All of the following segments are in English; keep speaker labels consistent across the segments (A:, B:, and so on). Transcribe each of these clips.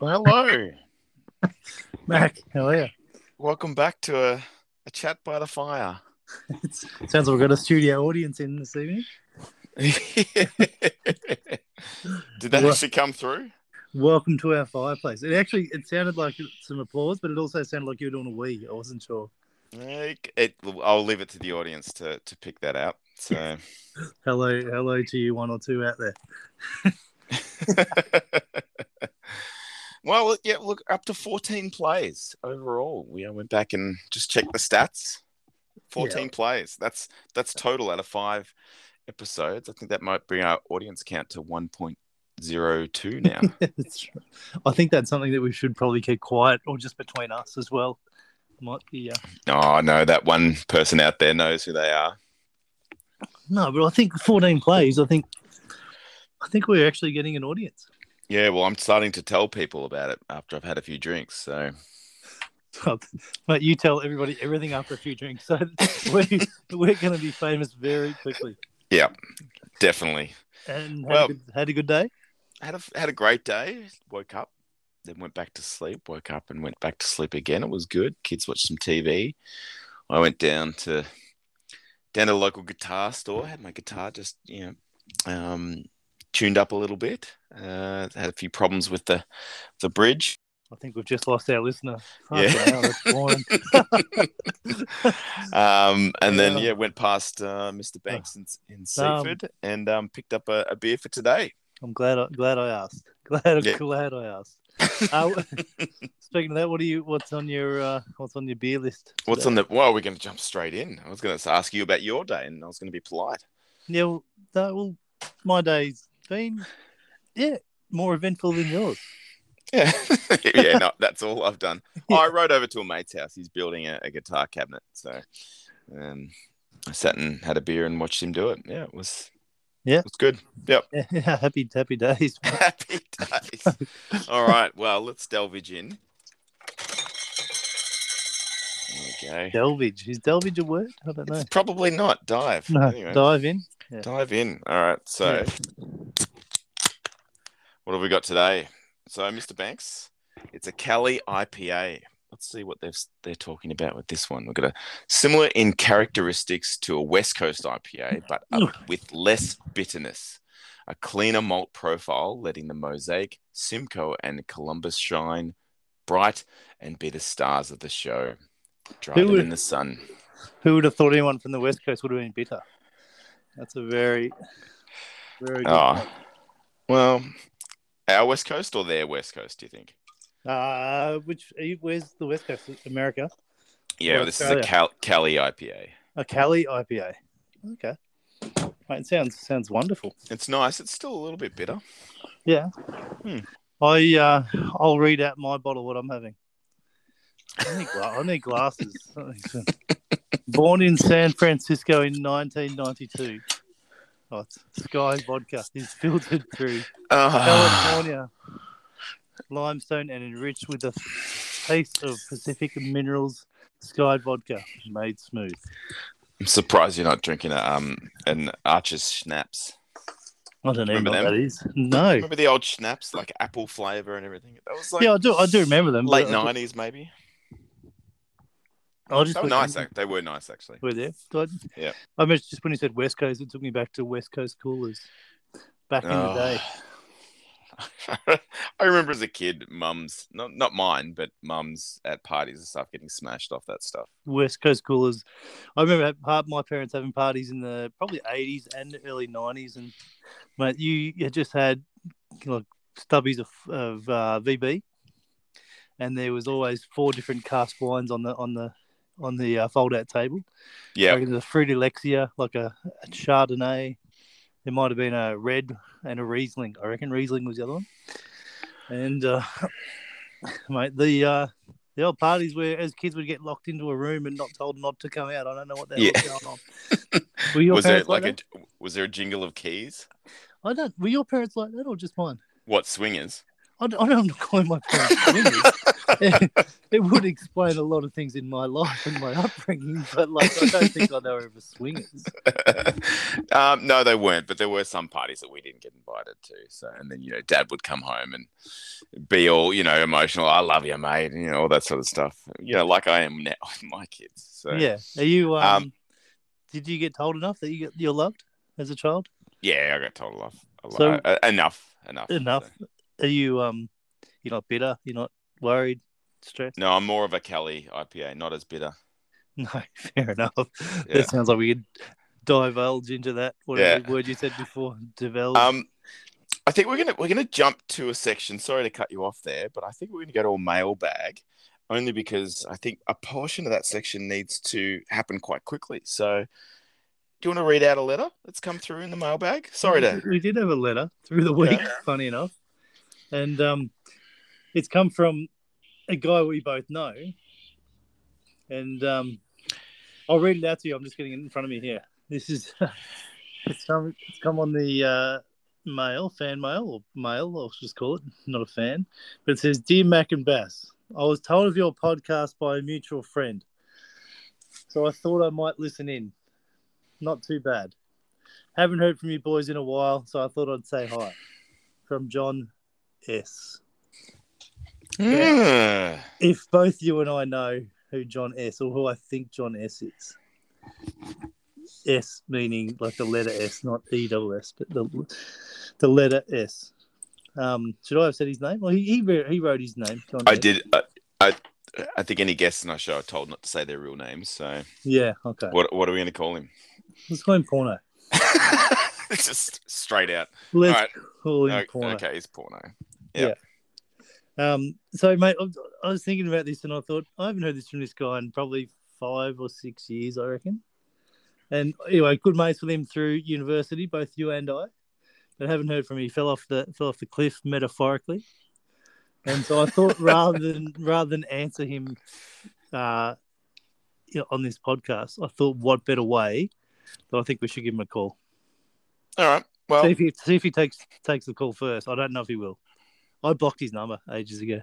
A: Well, hello.
B: Mac, hell yeah.
A: Welcome back to a, a chat by the fire.
B: It's, sounds like we've got a studio audience in this evening.
A: Did that
B: Well-
A: actually come through?
B: Welcome to our fireplace. It actually it sounded like some applause, but it also sounded like you were doing a wee. I wasn't sure.
A: Like, It, I'll leave it to the audience to, to pick that out. So,
B: Hello, hello to you one or two out there.
A: well, yeah, look, up to 14 plays overall. We I went back and just checked the stats. 14 plays. That's that's total out of five episodes. I think that might bring our audience count to 1.02 now.
B: It's- I think that's something that we should probably keep quiet or just between us as well. Might be uh,
A: Oh no, that one person out there knows who they are.
B: no, but I think fourteen plays, I think I think we're actually getting an audience.
A: Yeah, well, I'm starting to tell people about it after I've had a few drinks. So
B: But you tell everybody everything after a few drinks. So we, we're going to be famous very quickly.
A: definitely
B: And had,
A: Well-
B: a good, had a good day.
A: had a had a great day. Woke up, then went back to sleep. Woke up and went back to sleep again. It was good. Kids watched some TV. I went down to down to the local guitar store. Had my guitar just you know um, tuned up a little bit. Uh, had a few problems with the the bridge.
B: I think we've just lost our listener.
A: Yeah.
B: Fucking hell, that's boring.
A: um, and then
B: Yeah. Ah.
A: yeah, went past uh, Mr. Banks in, in
B: Um,
A: Seaford and um, picked up a, a beer for today.
B: I'm glad. I, glad I asked. Glad.
A: Yeah.
B: Glad I asked. Uh, speaking of that, what are you? What's on your? Uh, what's on your beer list?
A: What's on the? Well, we're going to jump straight in. I was going to ask you about your day, and I was going to be polite.
B: Yeah. Well, that, well, my day's been yeah more eventful than yours.
A: Yeah, yeah. No, that's all I've done. Oh, I rode over to a mate's house. He's building a, a guitar cabinet, so um, I sat and had a beer and watched him do it. Yeah, it was.
B: Yeah.
A: it was good.
B: Yeah. Happy. Happy days.
A: Happy days. All right. Well, let's delvage in. There we go.
B: Delvage. Is delvage a word? I don't know.
A: It's probably not dive.
B: No.
A: anyway,
B: Dive in.
A: dive in. All right. So, what have we got today? So, Mr. Banks, it's a Cali IPA. Let's see what they're they're talking about with this one. We've got a similar in characteristics to a West Coast IPA, but a- with less bitterness, a cleaner malt profile, letting the Mosaic, Simcoe, and Columbus shine bright and be the stars of the show. Driving
B: would-
A: in the sun.
B: Who would have thought anyone from the West Coast would have been bitter? That's a very, very good.
A: Oh. Well, our West Coast or their West Coast, do you think?
B: Uh, which are you- where's the West Coast? America,
A: Yeah,
B: Or
A: this is a Cal- Cali IPA.
B: a Cali IPA. Okay, Mate, it sounds sounds wonderful.
A: It's nice. It's still a little bit bitter.
B: Yeah,
A: Hmm.
B: I uh, I'll read out my bottle what I'm having. I need, gla- I need glasses. Born in San Francisco in 1992. Oh, it's Sky Vodka is filtered through
A: Ah,
B: California limestone and enriched with a taste of Pacific minerals. Sky vodka made smooth.
A: I'm surprised you're not drinking a, um an Archer's Schnapps.
B: I don't even
A: Remember
B: know what
A: them?
B: that is. No.
A: Remember the old Schnapps, like apple flavor and everything. That was like
B: Yeah, I do. I do remember them.
A: late
B: but I-
A: nineties, maybe.
B: I
A: They
B: just
A: were
B: went-
A: nice. ac- They were nice, actually.
B: Were there? Did I-
A: Yeah.
B: I mean, just when you said West Coast, it took me back to West Coast coolers back in the day.
A: Oh. I remember as a kid, mums not not mine, but mums at parties and stuff getting smashed off that stuff.
B: West Coast coolers. I remember at part- my parents having parties in the probably eighties and early nineties, and mate, you, you just had like stubbies of, of uh, VB, and there was always four different cast wines on the on the on the uh, fold out table.
A: Yeah,
B: like the Fruit Alexia, like a, a Chardonnay. There might have been a red and a Riesling. I reckon Riesling was the other one. And uh, mate, the uh, the old parties where as kids we'd get locked into a room and not told not to come out. I don't know what that
A: Yeah.
B: was going on. Were your
A: was there
B: parents
A: like
B: like,
A: a was there a jingle of keys?
B: that? I don't. Were your parents like that or just mine?
A: What swingers?
B: I don't, I'm not calling my parents winners. it would explain a lot of things in my life and my upbringing, but like I don't think I know ever swingers.
A: um, no, they weren't, but there were some parties that we didn't get invited to. So, and then you know, Dad would come home and be all you know emotional. I love you, mate, and you know all that sort of stuff. You know, like I am now with my kids. So
B: Yeah. Are you? Um,
A: Um,
B: did you get told enough that you got, you're loved as a child?
A: yeah, I got told off. A lot.
B: So-
A: uh, enough, enough,
B: Enough.
A: So-
B: Are you? Um, you're not bitter. You're not worried, stressed.
A: No, I'm more of a Kelly IPA, not as bitter.
B: No, fair enough.
A: Yeah.
B: That sounds like we could divulge into that whatever word you said before. Divulge.
A: Um, I think we're gonna we're gonna jump to a section. Sorry to cut you off there, but I think we're gonna go to a mailbag, only because I think a portion of that section needs to happen quite quickly. So, do you want to read out a letter that's come through in the mailbag? Sorry
B: we
A: to.
B: did- We did have a letter through the week, funny enough, and um, it's come from a guy we both know, and um, I'll read it out to you. I'm just getting it in front of me here. This is it's come it's come on the uh, mail, fan mail or mail, I'll just call it. Not a fan, but it says, "Dear Mac and Bass, I was told of your podcast by a mutual friend, so I thought I might listen in. Not too bad." Haven't heard from you boys in a while, so I thought I'd say hi. From John S. Mm-hmm.
A: Mm.
B: If both you and I know who John S or who I think John S is. S meaning like the letter S, not E double S, but the, the letter S. Um, should I have said his name? Well, he he, wrote- he wrote his name. John
A: I
B: S.
A: did. I, I I think any guests in our show are told not to say their real names. So,
B: Yeah. Okay.
A: what what are we gonna call him?
B: Let's call him Porno.
A: Just straight out.
B: Let's
A: All right.
B: call him
A: Okay,
B: Porno.
A: okay, he's porno.
B: Um, so, mate, I I was thinking about this and I thought, I haven't heard this from this guy in probably five or six years, I reckon. And anyway, good mates with him through university, both you and I, but haven't heard from him. He fell off the fell off the cliff metaphorically. And so I thought rather than rather than answer him uh, you know, on this podcast, I thought what better way that I think we should give him a call.
A: All right. Well,
B: see if he see if he takes takes the call first. I don't know if he will. I blocked his number ages ago.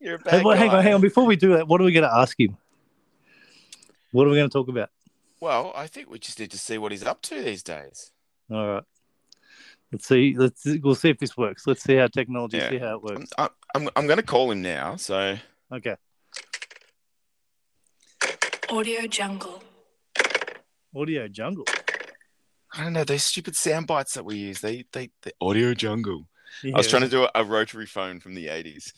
A: you're a bad
B: Hey, well, hang
A: guy.
B: on, hang on. Before we do that, what are we going to ask him? What are we going to talk about?
A: Well, I think we just need to see what he's up to these days.
B: All right. Let's see. Let's we'll see if this works. Let's see how technology,
A: Yeah.
B: see how it
A: I'm
B: works.
A: I- I'm, I'm going to call him now. So
B: Okay.
C: Audio Jungle.
B: Audio jungle.
A: I don't know those stupid sound bites that we use. They they the audio jungle.
B: Yeah.
A: I was trying to do a, a rotary phone from the 80s.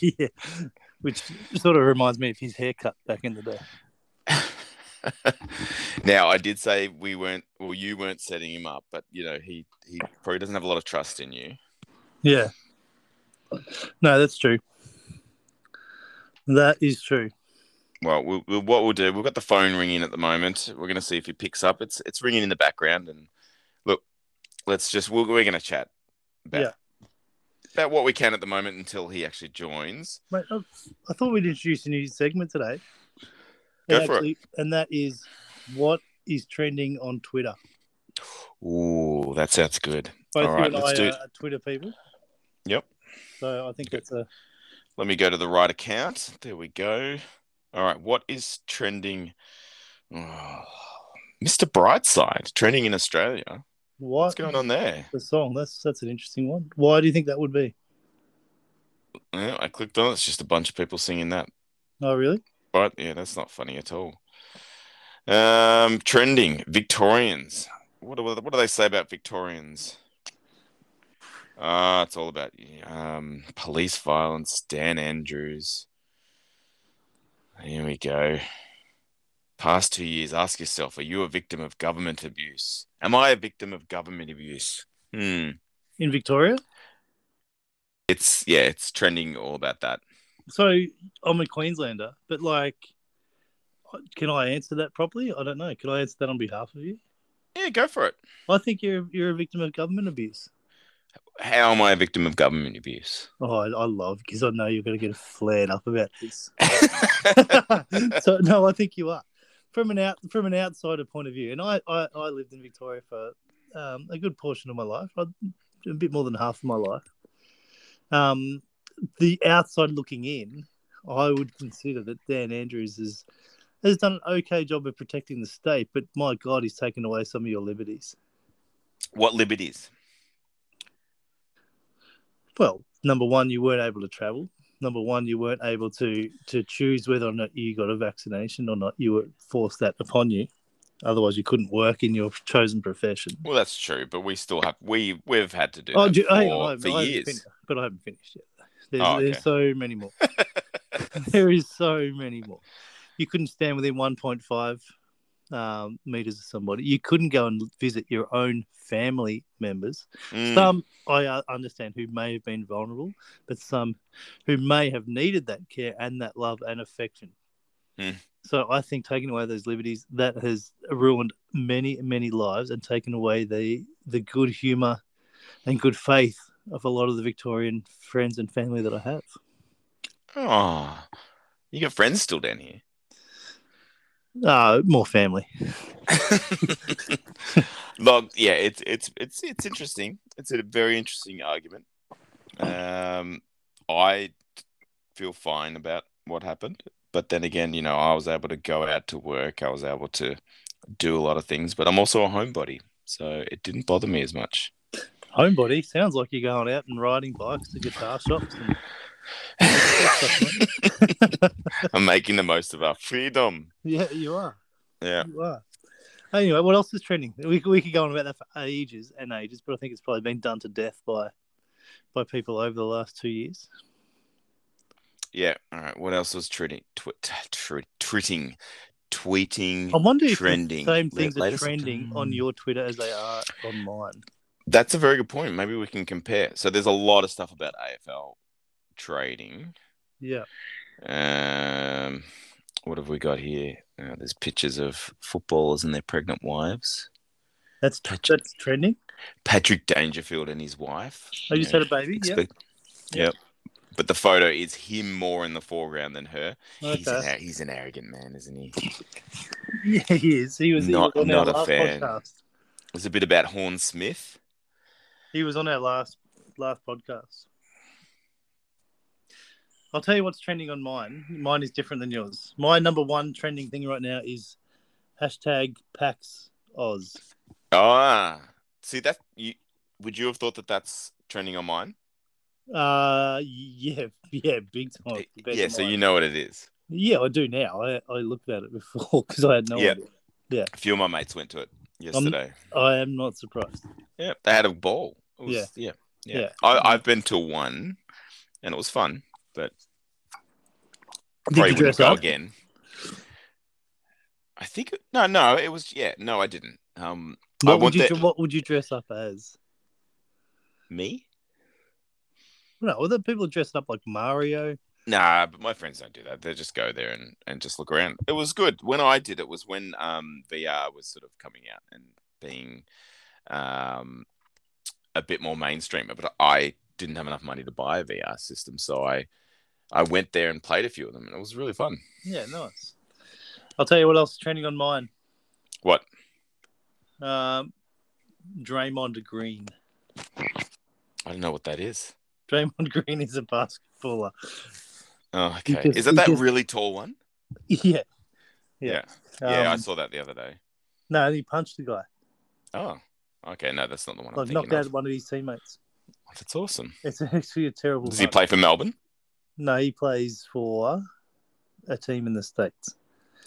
B: yeah. Which sort of reminds me of his haircut back in the day.
A: now I did say we weren't, well, you weren't setting him up, but you know he he probably doesn't have a lot of trust in you.
B: Yeah. No, that's true. That is true.
A: Well, we'll, we'll what we'll do, we've got the phone ringing at the moment. We're going to see if he picks up. It's it's ringing in the background, and look, let's just we're, we're going to chat about
B: Yeah.
A: about what we can at the moment until he actually joins.
B: Mate, I, I thought we'd introduce a new segment today.
A: Go
B: and
A: for it.
B: And that is what is trending on Twitter.
A: Ooh, that sounds good.
B: Both
A: All
B: you
A: right,
B: and
A: let's
B: I
A: do
B: are,
A: it.
B: are Twitter people.
A: Yep.
B: So I think that's a
A: Let me go to the right account. There we go. All right, what is trending? Oh, Mr. Brightside trending in Australia.
B: why
A: What's going on there?
B: the song. That's that's an interesting one. Why do you think that would be?
A: Yeah, I clicked on it. It's just a bunch of people singing that.
B: Oh really?
A: But yeah, that's not funny at all. Um, trending Victorians. What do, what do they say about Victorians? Ah, it's all about um, police violence. Dan Andrews. Here we go. Past two years, ask yourself: Are you a victim of government abuse? Am I a victim of government abuse? Hmm.
B: In Victoria?
A: It's yeah, it's trending all about that.
B: So I'm a Queenslander, but like can I answer that properly? I don't know. Can I answer that on behalf of you?
A: Yeah, go for it.
B: I think you're you're a victim of government abuse.
A: How am I a victim of government abuse?
B: Oh, I, I love because I know you're going to get flared up about this. so no, I think you are from an out from an outsider point of view. And I I, I lived in Victoria for um, a good portion of my life. I, a bit more than half of my life. Um, the outside looking in, I would consider that Dan Andrews is, has done an okay job of protecting the state, but my God, he's taken away some of your liberties.
A: What liberties?
B: Well, number one, you weren't able to travel. Number one, you weren't able to to choose whether or not you got a vaccination or not. You were forced that upon you. Otherwise, you couldn't work in your chosen profession.
A: Well, that's true, but we still have we we've had to do
B: Oh,
A: that
B: do-
A: for,
B: hang on, I haven't-
A: for
B: I haven't
A: years.
B: finished- but I haven't finished yet. There's,
A: Oh, okay.
B: there's so many more. there is so many more. You couldn't stand within 1.5 um, meters of somebody. You couldn't go and visit your own family members.
A: Mm,
B: Some I uh, understand who may have been vulnerable, but some who may have needed that care and that love and affection.
A: Mm.
B: So I think taking away those liberties that has ruined many many lives and taken away the the good humor and good faith of a lot of the Victorian friends and family that I have.
A: Oh, you got friends still down here.
B: Uh, more family.
A: Look, yeah, it's it's it's it's interesting. It's a very interesting argument. Um, I feel fine about what happened, but then again, you know, I was able to go out to work. I was able to do a lot of things, but I'm also a homebody, so it didn't bother me as much.
B: Homebody sounds like you're going out and riding bikes to guitar shops. And...
A: I'm making the most of our freedom.
B: yeah, you are.
A: Yeah.
B: You are. Anyway, what else is trending? We, we could go on about that for ages and ages, but I think it's probably been done to death by by people over the last two years.
A: Yeah. All right. What else was tweeting? Twi- t- tw- tweeting, tweeting.
B: I wonder if
A: Trending.
B: the same
A: La-
B: things are
A: latest-
B: trending on your Twitter as they are on mine.
A: That's a very good point. Maybe we can compare. So there's a lot of stuff about AFL trading.
B: Yeah.
A: Um, what have we got here? Uh, there's pictures of footballers and their pregnant wives.
B: That's
A: Patrick,
B: that's trending.
A: Patrick Dangerfield and his wife.
B: I just
A: Yeah.
B: had a baby. Yeah.
A: Expect-
B: Yeah.
A: Yep. But the photo is him more in the foreground than her. He's, an,
B: Okay.
A: ar- he's an arrogant man, isn't he?
B: Yeah, he is. He was, he
A: Not-
B: was on our
A: not a
B: last
A: fan.
B: podcast.
A: There's a bit about Horn Smith.
B: He was on our last last podcast. I'll tell you what's trending on mine. Mine is different than yours. My number one trending thing right now is hashtag PAX Oz.
A: Ah, see that? You, would you have thought that that's trending on mine?
B: Uh, yeah, yeah, big time. compared
A: Eh, yeah.
B: to
A: So
B: mine.
A: you know what it is.
B: yeah, I do now. I, I looked at it before because I had no
A: Yeah.
B: idea.
A: A few of my mates went to it
B: Um,
A: yesterday.
B: I am not surprised.
A: yeah, they had a ball. It was,
B: Yeah.
A: yeah. yeah, yeah,
B: Yeah.
A: I, I've been to one, and it was fun, but I
B: Did
A: probably
B: you
A: wouldn't
B: dress
A: go
B: up?
A: again. I think no, no, it was yeah, no, I didn't. Um, I
B: What
A: want
B: would you
A: that-
B: dr- What would you dress up as?
A: me?
B: No, other people dressed up like Mario.
A: Nah, but my friends don't do that. They just go there and, and just look around. It was good. When I did it was when um VR was sort of coming out and being um a bit more mainstream, but I didn't have enough money to buy a VR system, so I I went there and played a few of them and it was really fun.
B: Yeah, nice. I'll tell you what else is trending on mine.
A: What?
B: Um, Draymond Green.
A: I don't know what that is.
B: Draymond Green is a basketballer.
A: Oh,
B: You
A: okay.
B: just-
A: is it
B: you
A: that
B: just-
A: really tall one?
B: Yeah.
A: Yeah.
B: Yeah.
A: yeah, I
B: Um,
A: saw that the other day.
B: No, he punched the guy.
A: Oh. Okay, no, that's not the one I'm
B: Like knocked
A: thinking
B: out
A: of.
B: one of his teammates.
A: That's awesome.
B: It's actually a terrible.
A: Does he
B: punch.
A: play for Melbourne?
B: No, he plays for a team in the states.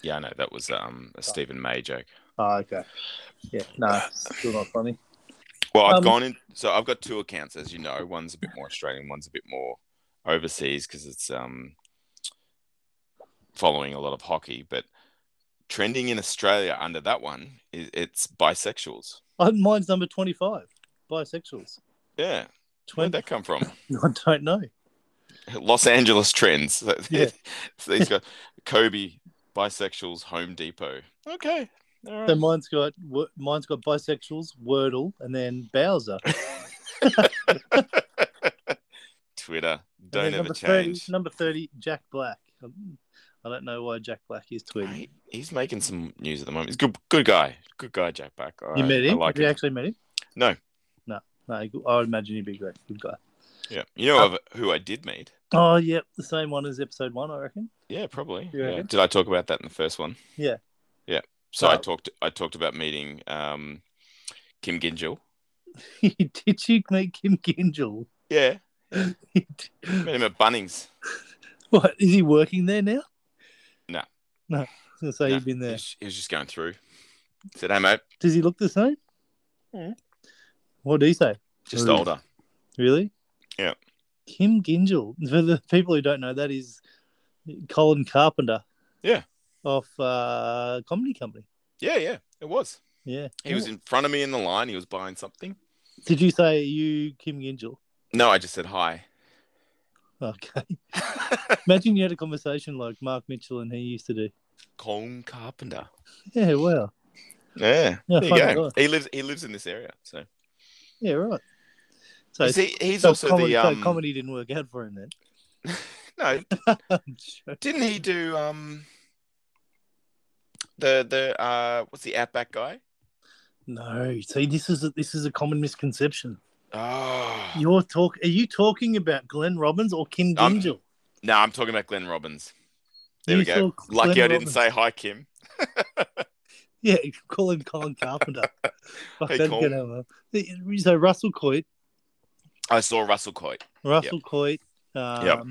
A: Yeah, I know. That was um a Stephen May joke.
B: Oh, okay. Yeah. No, still not funny.
A: Well, I've
B: Um,
A: gone in. So I've got two accounts, as you know. One's a bit more Australian, one's a bit more overseas because it's um, following a lot of hockey. But trending in Australia under that one, is, it's bisexuals.
B: Oh, mine's number twenty-five. Bisexuals.
A: Yeah, where'd
B: Twenty.
A: that come from?
B: I don't know.
A: Los Angeles trends. So,
B: Yeah.
A: so he's got Kobe, bisexuals, Home Depot. Okay, all
B: So
A: right.
B: mine's got wo- mine's got bisexuals, Wordle, and then Bowser.
A: Twitter,
B: And
A: don't
B: then
A: ever
B: number
A: change.
B: 30, number 30, Jack Black. Um, I don't know why Jack Black is tweeting.
A: He- He's making some news at the moment. He's a good, good guy. Good guy, Jack Back. I,
B: you met him?
A: I like
B: Have you
A: him.
B: actually met him?
A: No.
B: No. No, I would imagine he'd be great. Good guy.
A: Yeah. You know of who I did meet?
B: Oh, yep. The same one as episode one, I reckon.
A: Yeah, probably.
B: You
A: Yeah.
B: reckon?
A: Did I talk about that in the first one?
B: Yeah.
A: Yeah. So I
B: No.
A: talked I talked about meeting um Kim Gingell.
B: Did you meet Kim Gingell?
A: Yeah. Met him at Bunnings.
B: what, is he working there now?
A: No.
B: No. I was going to say
A: No.
B: he'd been
A: He
B: there.
A: was, he was just going through. Said, Hey mate,
B: Does he look the same?
A: Yeah.
B: What did he say?
A: just
B: Really?
A: older.
B: Really?
A: Yeah.
B: Kim Gingell. For the people who don't know, that is Colin Carpenter.
A: Yeah.
B: Off uh, Comedy Company.
A: Yeah, yeah. It was.
B: Yeah.
A: He was in front of me in the line, he was buying something.
B: Did you say you Kim Gingell?
A: No, I just said hi.
B: Okay. Imagine you had a conversation like Mark Mitchell and he used to do.
A: Colm Carpenter.
B: Yeah, wow.
A: Yeah.
B: Yeah,
A: There you
B: funny
A: go.
B: guy.
A: He lives he lives in this area. So
B: Yeah, right. So,
A: Is he- he's
B: so
A: also
B: comedy,
A: the
B: so
A: um,
B: comedy didn't work out for him then.
A: No,
B: I'm joking.
A: Didn't he do um the the uh what's the Outback guy?
B: no, see, this is a, this is a common misconception.
A: Oh
B: You're talk. Are you talking about Glenn Robbins or Kim
A: I'm-
B: Gingell?
A: no, I'm talking about Glenn Robbins. Um, There
B: You
A: we go.
B: saw
A: Lucky
B: Glenn
A: I didn't
B: Robbins.
A: say hi, Kim.
B: Yeah, call him Colin Carpenter. Fuck,
A: Hey,
B: that's
A: Colin.
B: gonna- So Russell Coit,
A: I saw Russell Coit.
B: Russell Coit, um,
A: Yep.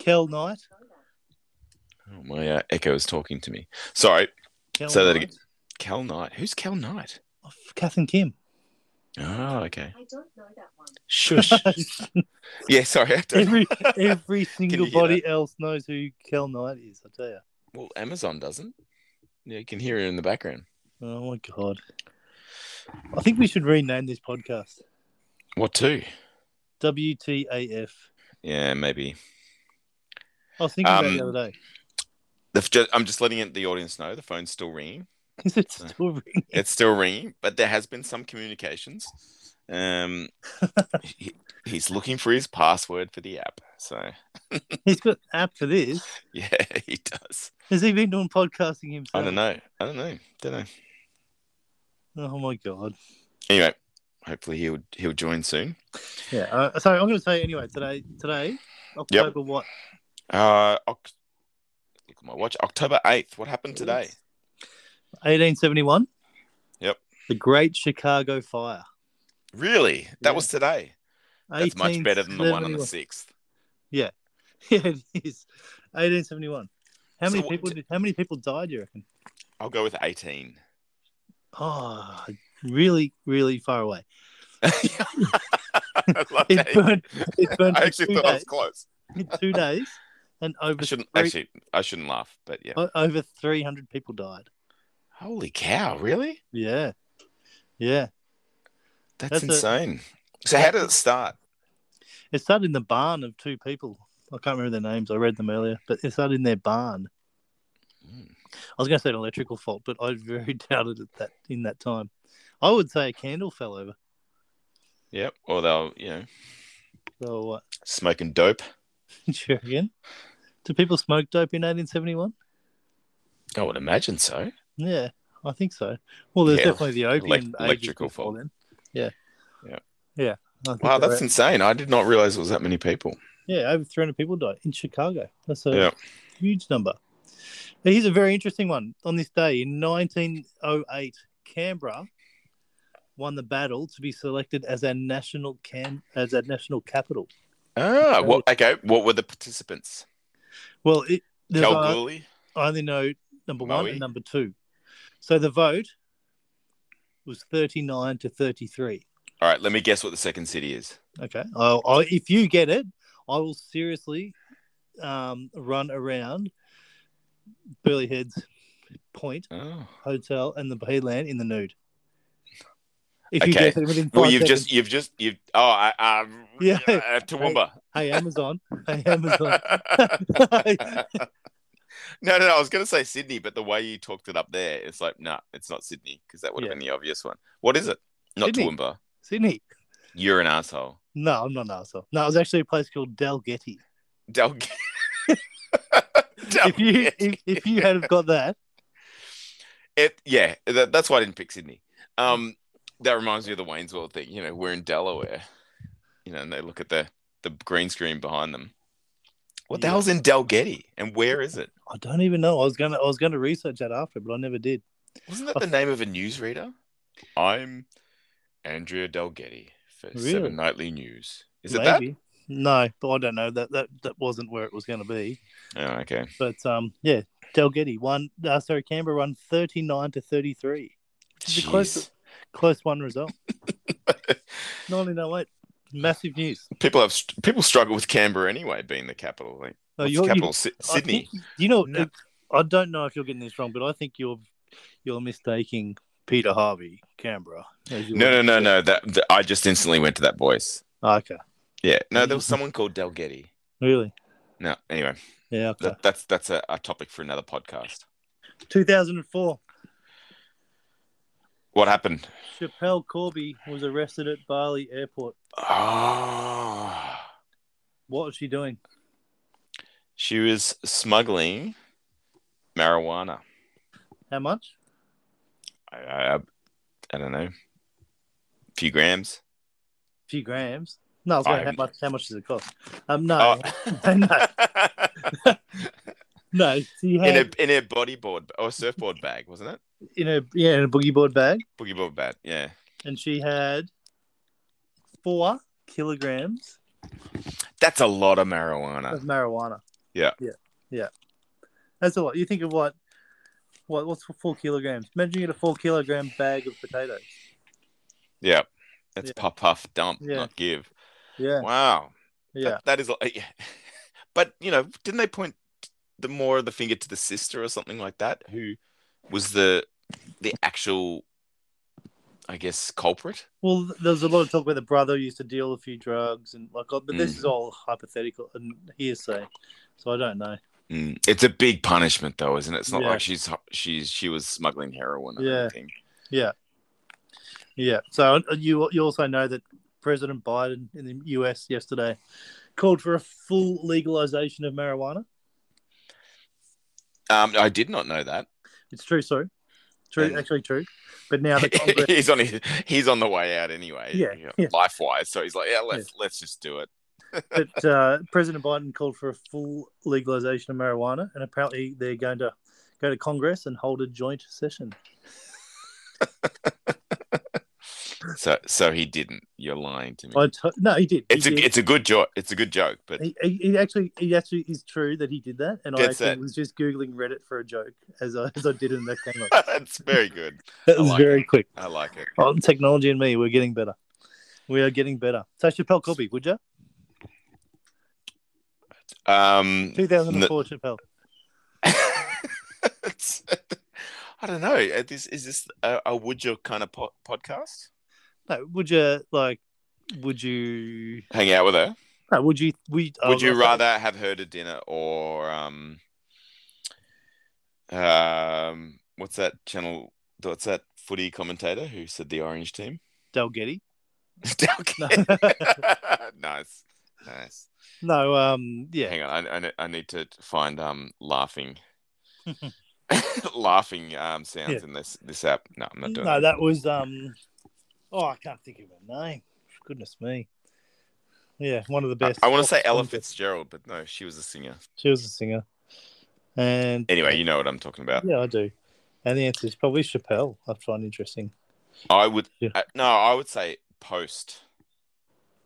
B: Kel Knight.
A: Oh, my uh, echo is talking to me. Sorry,
B: Kel
A: Say that
B: Knight.
A: again. Cal Knight. Who's Cal Knight?
B: Oh, Kath and Kim.
A: Oh, okay.
D: I don't know that one.
A: Shush. yeah, sorry. I don't-
B: every every single
A: hear
B: body else knows who Kel Knight is. I tell you.
A: Well, Amazon doesn't. Yeah, you can hear it in the background.
B: Oh my god. I think we should rename this podcast
A: What two?
B: WTAF.
A: Yeah, maybe.
B: I was thinking about
A: Um,
B: it the other day.
A: The, ju- I'm just letting it, the audience know the phone's still ringing.
B: Is it still ringing?
A: it's still ringing, but there has been some communications. Um, he, he's looking for his password for the app. So
B: He's got an app for this.
A: yeah, he does.
B: Has he been doing podcasting
A: I
B: himself?
A: don't know. I don't know. Don't know.
B: Oh my god.
A: Anyway, hopefully he'll he'll join soon.
B: Yeah. Uh, so I'm going to say anyway today. Today, October what?
A: Uh, Oc- look at my watch. October eighth. What happened today?
B: 1871.
A: Yep.
B: The Great Chicago Fire.
A: Really? That
B: Yeah.
A: was today. That's much better than the one on the
B: 1871.
A: sixth.
B: Yeah, it is. 1871. How
A: So
B: many
A: what-
B: people? Did, how many people died? You reckon?
A: I'll go with eighteen.
B: Oh, really, really far away.
A: I love
B: It
A: that.
B: burned. It burned
A: I
B: for
A: actually
B: two
A: thought I was
B: days.
A: close.
B: In two days, and
A: I
B: over
A: shouldn't
B: three-
A: actually. I shouldn't laugh, but yeah.
B: o- over 300 people died.
A: Holy cow! Really?
B: Yeah, yeah.
A: That's,
B: That's a-
A: insane. so how did it start?
B: It started in the barn of two people. I can't remember their names. I read them earlier, but it started in their barn.
A: Mm.
B: I was going to say an electrical fault, but I very doubted it that in that time. I would say a candle fell over.
A: Yep. Or they'll, you know,
B: So, uh,
A: smoking dope.
B: do you reckon? Do people smoke dope in 1871?
A: I would imagine so.
B: Yeah, I think so. Well, there's
A: Yeah,
B: definitely the opium
A: elec-
B: ages
A: electrical
B: before
A: fault.
B: Then. Yeah.
A: Yeah.
B: Yeah. I think
A: Wow,
B: they're
A: that's
B: out-
A: insane. I did not realize it was that many people.
B: yeah, over 300 people died in Chicago. That's a
A: Yeah.
B: huge number. Now, Here's a very interesting one. On this day in 1908, Canberra won the battle to be selected as our national can as our national capital.
A: Ah, well, okay. What were the participants?
B: Well, it, there's
A: Cal
B: I,
A: Gooley?
B: I only know number one
A: Maui.
B: and number two. So the vote was 39 to 33.
A: All right, let me guess what the second city is.
B: Okay. I'll, I, if you get it, I will seriously um, run around Burley Heads Point
A: Oh.
B: Hotel and the Bayland in the nude. If you
A: Okay.
B: get it within five
A: Well, you've
B: seconds.
A: just, you've just, you've, oh, I, um,
B: Yeah.
A: uh, Toowoomba.
B: Hey, Amazon. hey,
A: no,
B: Amazon.
A: no, no. I was going to say Sydney, but the way you talked it up there, it's like, no, it's not Sydney because that would have
B: Yeah.
A: been the obvious one. What is it? Not
B: Sydney.
A: Toowoomba.
B: Sydney.
A: You're an asshole.
B: No, I'm not an arsehole. No, it was actually a place called Dalgetty.
A: Del-
B: If you if, if you had have got that,
A: it, yeah, that, that's why I didn't pick Sydney. Um, that reminds me of the Wayne's World thing. You know, we're in Delaware. You know, and they look at the the green screen behind them. What the
B: Yeah.
A: hell's in Dalgetty, and where is it?
B: I don't even know. I was gonna I was gonna research that after, but I never did.
A: Wasn't that the name of a newsreader? Oh. I'm Andrea Dalgetty for
B: Really?
A: Seven Nightly News. Is it
B: No, but I don't know. That that that wasn't where it was gonna be.
A: that? Oh, okay.
B: But um, yeah, Delgetty one. Uh, sorry, Canberra won thirty nine to thirty three. Is it close?
A: Jeez.
B: Close one result. Nineteen oh eight. Massive news. Uh,
A: People have st- people struggle with Canberra anyway, being the capital. Like,
B: No,
A: what's
B: you're-
A: the
B: you-
A: capital Sy-
B: I
A: Sydney.
B: think- you know,
A: No.
B: I don't know if you're getting this wrong, but I think you're you're mistaking Peter Harvey, Canberra. as you
A: No, no,
B: were-
A: no, no. That, that- I just instantly went to that voice.
B: Okay,
A: Yeah. No, there was someone called Dalgetty.
B: really?
A: No. Anyway,
B: Yeah. Okay.
A: that, that's that's a, a topic for another podcast.
B: 2004.
A: What happened?
B: Chappelle Corby was arrested at Bali Airport.
A: Oh,
B: What was she doing?
A: she was smuggling marijuana.
B: How much?
A: I, I, I- I don't know. Few grams.
B: A few grams. No, I was going,
A: I
B: how
A: haven't-
B: much? How much does it cost? Um, no,
A: Oh.
B: no, no. She had
A: in
B: in
A: a in a bodyboard or surfboard bag, wasn't it?
B: a, yeah in a boogie board bag,
A: Boogie board bag. Yeah.
B: and she had four kilograms
A: That's a lot of marijuana.
B: of marijuana.
A: Ah. Yeah.
B: yeah, yeah. That's a lot. You think of what? What? What's four kilograms? Imagine you get a four kilogram bag of potatoes.
A: Yeah. That's
B: Yeah.
A: puff puff dump,
B: Yeah.
A: not give.
B: Yeah,
A: Wow.
B: yeah.
A: That- that is like, but you know, didn't they point the more of the finger to the sister or something like that, who was the the actual, I guess, culprit?
B: Well, there was a lot of talk where the brother used to deal a few drugs and like, oh, but this
A: Mm.
B: is all hypothetical and hearsay, so I don't know.
A: Hmm. It's a big punishment, though, isn't it? It's not
B: Yeah.
A: like she's she's she was smuggling heroin or
B: Yeah.
A: anything.
B: Yeah. So uh, you you also know that President Biden in the U.S. yesterday called for a full legalization of marijuana.
A: Um, I did not know that.
B: It's true, sorry, true,
A: Yeah.
B: actually true. But now the Congress,
A: he's on his, he's on the way out anyway.
B: Yeah,
A: you know,
B: yeah.
A: life wise. So he's like, yeah, let's let's just do it.
B: but uh, President Biden called for a full legalization of marijuana, and apparently they're going to go to Congress and hold a joint session.
A: So so he didn't. You're lying to me.
B: I t- no, he did. He
A: it's a
B: did.
A: it's a good joke. It's a good joke, but
B: He, he, he actually, he actually is true that he did that, and I
A: That's
B: actually
A: it.
B: was just googling Reddit for a joke as I, as I did, and that came up.
A: that's very good.
B: That
A: I
B: was
A: like
B: very
A: that.
B: quick.
A: I like it.
B: on technology and me, we're getting better. We are getting better. So Chappelle Corby, would you?
A: Um,
B: 2004 Chappelle.
A: it's- I don't know. Uh, This is this a, a would you kind of po- podcast?
B: No, would you like? Would you?
A: Hang out with her.
B: No, would you? We
A: Would
B: oh,
A: you
B: I-
A: rather have her to dinner or um, um, what's that channel? What's that footy commentator who said the Orange Team?
B: Dalgetty?
A: nice, nice.
B: No. Um. Yeah.
A: Hang on, I, I, ne- I need to find um laughing, laughing um sounds
B: Yeah.
A: in this this app. No, I'm not doing.
B: No,
A: it.
B: that was um. Oh, I can't think of her name. Goodness me. Yeah, one of the
A: I-
B: best.
A: I, want to say Ella Fitzgerald, but no, she was a singer.
B: She was a singer. And
A: Anyway, you know what I'm talking about.
B: yeah, I do. And the answer is probably Chappelle. I find interesting.
A: I would
B: Yeah.
A: uh, no, I would say post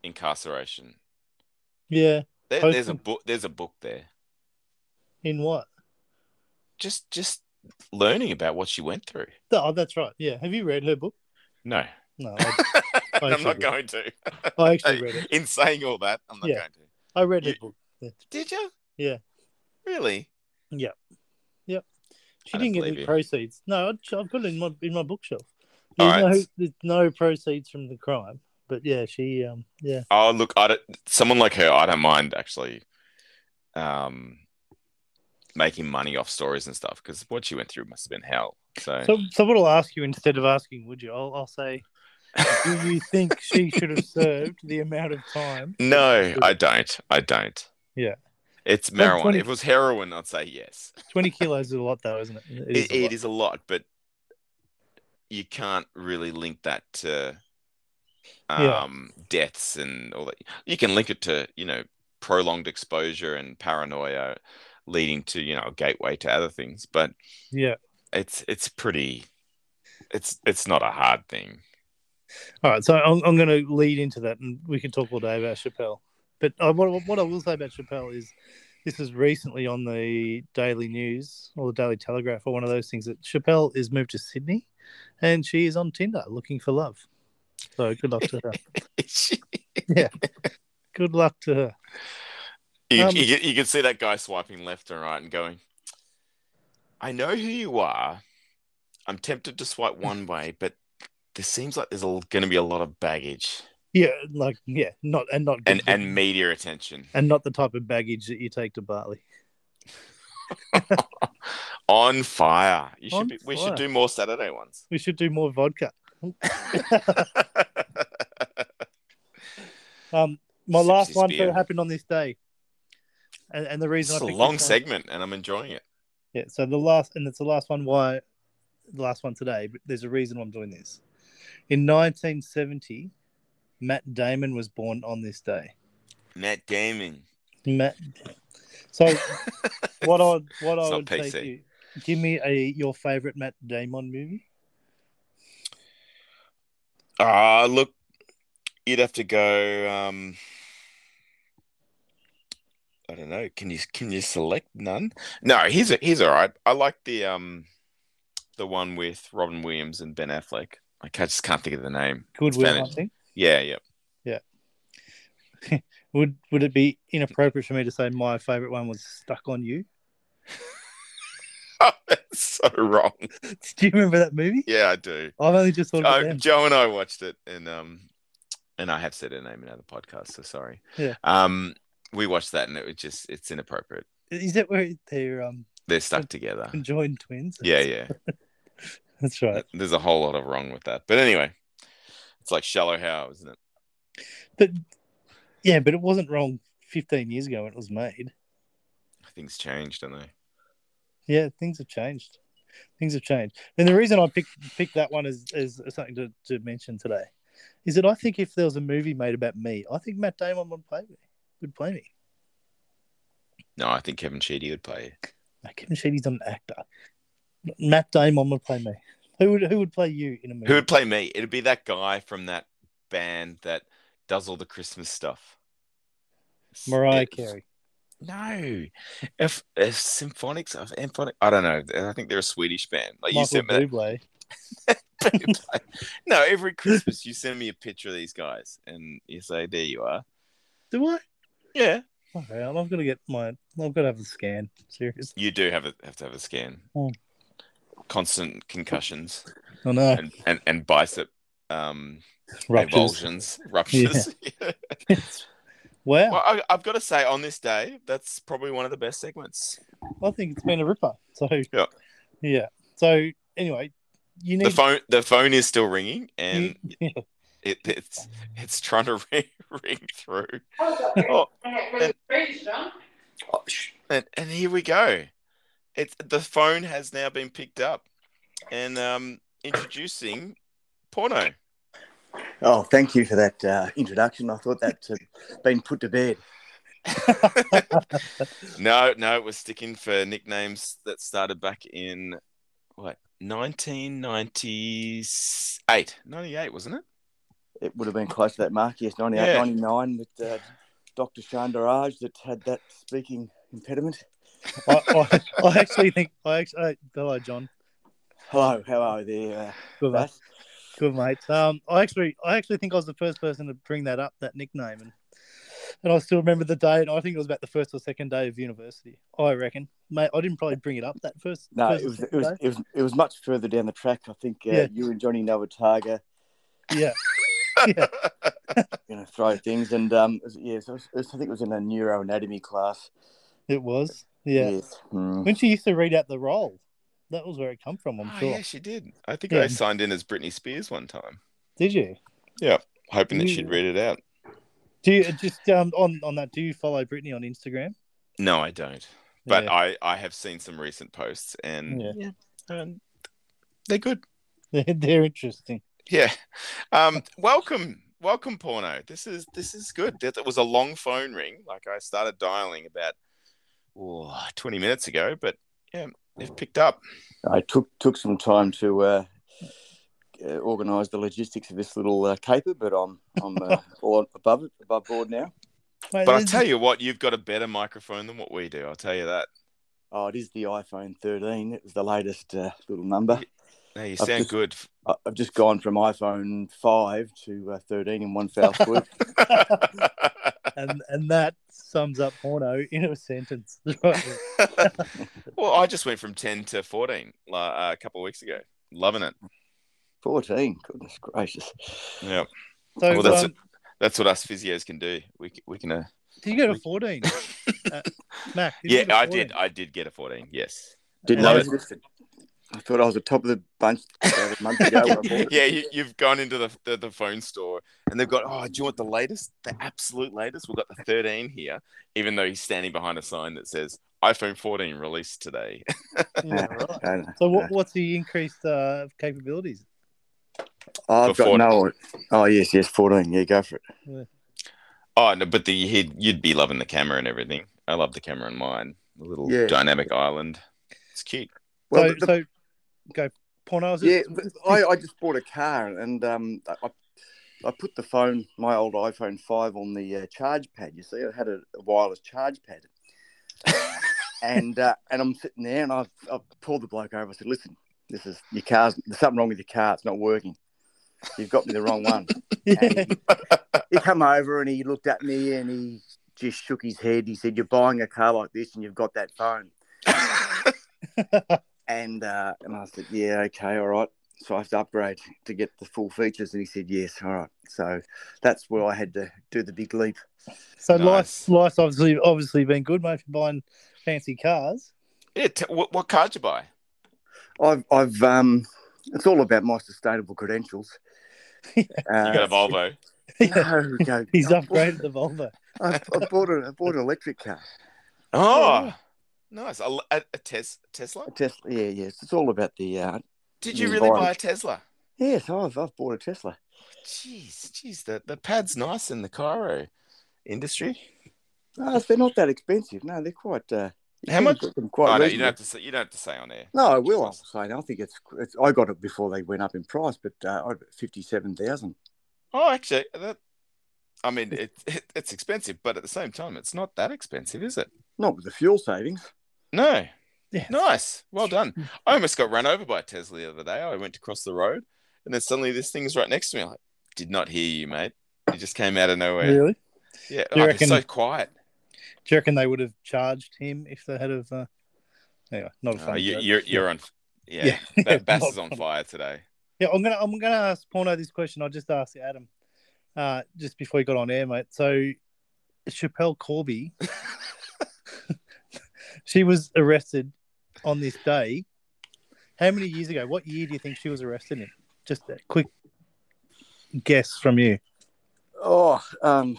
A: incarceration.
B: Yeah.
A: There,
B: Post-
A: there's a book. There's a book there.
B: In what?
A: Just just learning about what she went through.
B: Oh, that's right. Yeah. Have you read her book?
A: No,
B: No, I,
A: I'm
B: should
A: not
B: be.
A: going to.
B: I actually read it.
A: In saying all that, I'm not
B: Yeah.
A: going to.
B: I read
A: You-
B: her book.
A: Did you?
B: Yeah.
A: Really?
B: She
A: I don't
B: didn't get
A: believe
B: any
A: you.
B: proceeds. No, I- I've got it in my in my bookshelf.
A: All
B: There's
A: right.
B: no, there's no proceeds from the crime, but yeah, she um yeah
A: Oh, look, I don't, someone like her, I don't mind actually um, making money off stories and stuff because what she went through must have been hell. So,
B: So, so what I'll ask you instead of asking, would you? I'll, I'll say, do you think she should have served the amount of time?
A: no, I don't. I don't.
B: Yeah.
A: It's
B: Well,
A: marijuana.
B: 20
A: If it was heroin, I'd say yes.
B: Twenty kilos is a lot, though, isn't it? It
A: It,
B: a lot.
A: it is a lot, but you can't really link that to
B: Yeah.
A: um, deaths and all that. You can link it to you know prolonged exposure and paranoia, leading to you know a gateway to other things. But
B: Yeah.
A: it's it's pretty, it's it's not a hard thing.
B: All right, so I'm, I'm going to lead into that, and we can talk all day about Chappelle. But I, what, what I will say about Chappelle is, this was recently on the Daily News or the Daily Telegraph or one of those things that Chappelle is moved to Sydney, and she is on Tinder looking for love. So good luck to her. good luck to her.
A: You,
B: Um,
A: you, can- you can see that guy swiping left and right and going, I know who you are. I'm tempted to swipe one way, but there seems like there's going to be a lot of baggage
B: Yeah, like yeah, not and not good
A: and, and media attention.
B: and not the type of baggage that you take to Bartley.
A: On fire. You should
B: On
A: be, we
B: fire.
A: should do more Saturday ones.
B: We should do more vodka. Um, my
A: Sips
B: last
A: his
B: one
A: beer.
B: that happened on this day, and, and the
A: It's
B: reason
A: a
B: I picked
A: long
B: this one-
A: segment and I'm enjoying it.
B: Yeah, so the last, and it's the last one why, the last one today, but there's a reason I'm doing this. In 1970, Matt Damon was born on this day.
A: Matt Damon.
B: Matt. So, what I what
A: It's
B: I
A: not
B: would say
A: PC.
B: to you, give me a your favorite Matt Damon movie.
A: Ah, look, you'd have to go. Um, I don't know. Can you can you select none? No, he's a, he's all right. I like the um, the one with Robin Williams and Ben Affleck. Like, I just can't think of the name.
B: Good
A: It's
B: Will
A: Spanish.
B: Hunting.
A: Yeah, yeah.
B: Would would it be inappropriate for me to say my favorite one was Stuck on You?
A: Oh, That's so wrong.
B: Do you remember that movie?
A: Yeah, Oh. I do.
B: I've only just thought about
A: Joe,
B: them.
A: Joe and I watched it, and um, and I have said her name in other podcasts, so sorry.
B: Yeah.
A: Um, we watched that, and it was just it's inappropriate.
B: Is that where they're um
A: They're stuck together.
B: conjoined twins?
A: Yeah, yeah.
B: that's right.
A: There's a whole lot of wrong with that. But anyway, it's like shallow how, isn't it?
B: But yeah, but it wasn't wrong 15 years ago when it was made.
A: Things change, don't they?
B: Yeah, things have changed. Things have changed. And the reason I picked picked that one is is something to, to mention today. Is that I think if there was a movie made about me, I think Matt Damon would play me. Would play me.
A: No, I think Kevin Sheedy would play.
B: Now, Kevin Sheedy's not an actor. Matt Damon would play me. Who would who would play you in a movie?
A: Who would play me? It'd be that guy from that band that does all the Christmas stuff.
B: Mariah
A: It-
B: Carey.
A: No, if, if symphonics, if symphonic, I don't know. I think they're a Swedish band. Like you
B: Michael
A: sent me that
B: Bublé.
A: no, every Christmas you send me a picture of these guys, and you say, "There you are."
B: Do I? Oh,
A: Yeah,
B: Okay, I'm gonna get my I've gotta have a scan. Seriously.
A: you do have a, have to have a scan.
B: Hmm.
A: Constant concussions.
B: I know.
A: and and, and bicep um
B: Ruptures.
A: revulsions, ruptures.
B: Wow.
A: well, I, I've got to say, on this day, that's probably one of the best segments.
B: I think it's been a ripper. So
A: Yeah.
B: yeah. So anyway, you
A: The
B: need
A: phone, the phone is still ringing, and
B: you- yeah.
A: it, it's it's trying to ring, ring through. Oh, and, Oh, sh- and, and here we go. It's the phone has now been picked up, and um, introducing porno.
D: Oh, thank you for that uh, introduction. I thought that had been put to bed.
A: No, no, it was sticking for nicknames that started back in what 1998, 98, wasn't it?
D: It would have been close to that mark, yes, 98,
A: Yeah.
D: 99 with uh, Dr. Sean Daraj that had that speaking impediment.
B: I, I, I actually think I actually uh, hello John.
D: Hello, how are you there?
B: Good
D: Uh,
B: mate.
D: Russ?
B: Good mate. Um I actually I actually think I was the first person to bring that up, that nickname and and I still remember the day, and I think it was about the first or second day of university. I reckon, mate. I didn't probably bring it up that first.
D: No,
B: first
D: it
B: or
D: was, it,
B: second
D: was,
B: day.
D: it, was, it was much further down the track. I think uh,
B: Yeah.
D: you and Johnny Novotarga,
B: Yeah,
D: you know, throw things. And um, it was, yes, it was, it was- I think it was in a neuroanatomy class.
B: it was. Yeah.
D: Yes. Hmm.
B: When she used to read out the roll, that was where it come from. I'm
A: oh,
B: sure.
A: yeah, she did. I think
B: Yeah.
A: I signed in as Britney Spears one time,
B: Did you?
A: hoping that she'd
B: Yeah.
A: read it out.
B: Do you just um, on on that? Do you follow Brittany on Instagram?
A: No, I don't. But
B: Yeah.
A: I I have seen some recent posts, and
B: Yeah.
A: and they're good.
B: They're, they're interesting.
A: Yeah. Um, welcome, welcome, porno. This is this is good. That that was a long phone ring. Like I started dialing about oh, 20 minutes ago, but yeah, they've picked up.
D: I took took some time to uh, uh, organise the logistics of this little uh, caper, but I'm I'm uh, all above it, above board now.
B: Mate,
A: But I
B: this
A: tell
B: is-
A: you what, you've got a better microphone than what we do. I'll tell you that.
D: Oh, it is the iPhone 13. It was the latest uh, little number.
A: No, you
D: I've
A: sound
D: just-
A: good.
D: I- I've just gone from iPhone 5 to uh, 13 in one fell swoop.
B: and, and that sums up porno in a sentence. Right.
A: well, I just went from 10 to 14 la- uh, a couple of weeks ago. Loving it.
D: 14. Goodness gracious.
A: Yeah.
B: So
A: Well, that's
B: um,
A: That's what us physios can do. We, c- we can. Uh...
B: you got a fourteen, uh, Mac? you
A: Yeah,
B: got a
A: I
B: 14.
A: did. I did get a 14. Yes.
D: Didn't
A: Love
D: know
A: it.
D: it existed. I thought I was the top of the bunch about a month ago. When I bought it.
A: yeah, you, you've gone into the, the, the phone store and they've got, oh, do you want the latest, the absolute latest? We've got the 13 here, even though he's standing behind a sign that says iPhone 14 released today.
B: Yeah, right.
D: I don't know.
B: So what, what's the increased uh, capabilities?
D: I've
A: For
D: got no. Oh, yes, yes, 14. Yeah, go for it.
A: oh, no, but the he'd, you'd be loving the camera and everything. I love the camera in mine, the little
D: Yeah.
A: dynamic island. It's cute.
D: Well,
B: so,
D: the-
B: so go porno. Is it?
D: yeah, but I, I just bought a car and um, I, I put the phone, my old iPhone 5, on the uh, charge pad. You see, it had a, a wireless charge pad. and uh, and I'm sitting there and I've, I've pulled the bloke over. I said, listen, this is your car's, there's something wrong with your car. It's not working. You've got me the wrong one.
B: Yeah.
D: And he come over and he looked at me and he just shook his head. He said, you're buying a car like this and you've got that phone. And uh, and I said, yeah, okay, all right. So I have to upgrade to get the full features. And he said, yes, all right. So that's where I had to do the big leap.
B: So
A: Nice.
B: life's life's obviously obviously been good, mate. For buying fancy cars.
A: Yeah, t- what, what card you buy?
D: I've, I've um, it's all about my sustainable credentials. Uh,
B: You
A: You got a Volvo.
D: No, no.
B: He's
D: I bought-
B: upgraded the Volvo.
D: I, I bought a, I bought an electric car.
A: Oh, nice. A, a, a tes- Tesla?
D: A Tesla. Yeah, yes. It's all about the. Uh,
A: Did you
D: Mm,
A: really buy a
D: orange.
A: Tesla?
D: yes, I've, I've bought a Tesla.
A: Jeez, jeez, the, the pad's nice in the Cairo industry.
D: No, they're not that expensive. No, they're quite. Uh, you
A: How
D: can
A: much-
D: get them
A: I
D: Quite
A: know Oh, you don't
D: reasonable.
A: have to say you don't have to say on there.
D: No, I will. I'm saying I think it's, it's. I got it before they went up in price, but uh, I fifty-seven thousand.
A: Oh, actually, that I mean it, it it's expensive, but at the same time, it's not that expensive, is it?
D: Not with the fuel savings.
A: No,
B: Yeah.
A: nice, well done. I almost got run over by a Tesla the other day. I went to cross the road, and then suddenly this thing's right next to me. I like, did not hear you, mate. You just came out of nowhere.
B: Really?
A: Yeah,
B: You
A: like,
B: reckon-
A: it's so quiet.
B: Do you reckon they would have charged him if they had of? Uh... Anyway, not a
A: Oh,
B: fun.
A: you,
B: joke.
A: you're you're on. Yeah,
B: Yeah.
A: Ba- Bass is on fire today.
B: Yeah, I'm gonna I'm gonna ask Porno this question. I just asked Adam uh, just before he got on air, mate. So Chappelle Corby, she was arrested on this day. How many years ago? What year do you think she was arrested in? Just a quick guess from you.
D: Oh, um,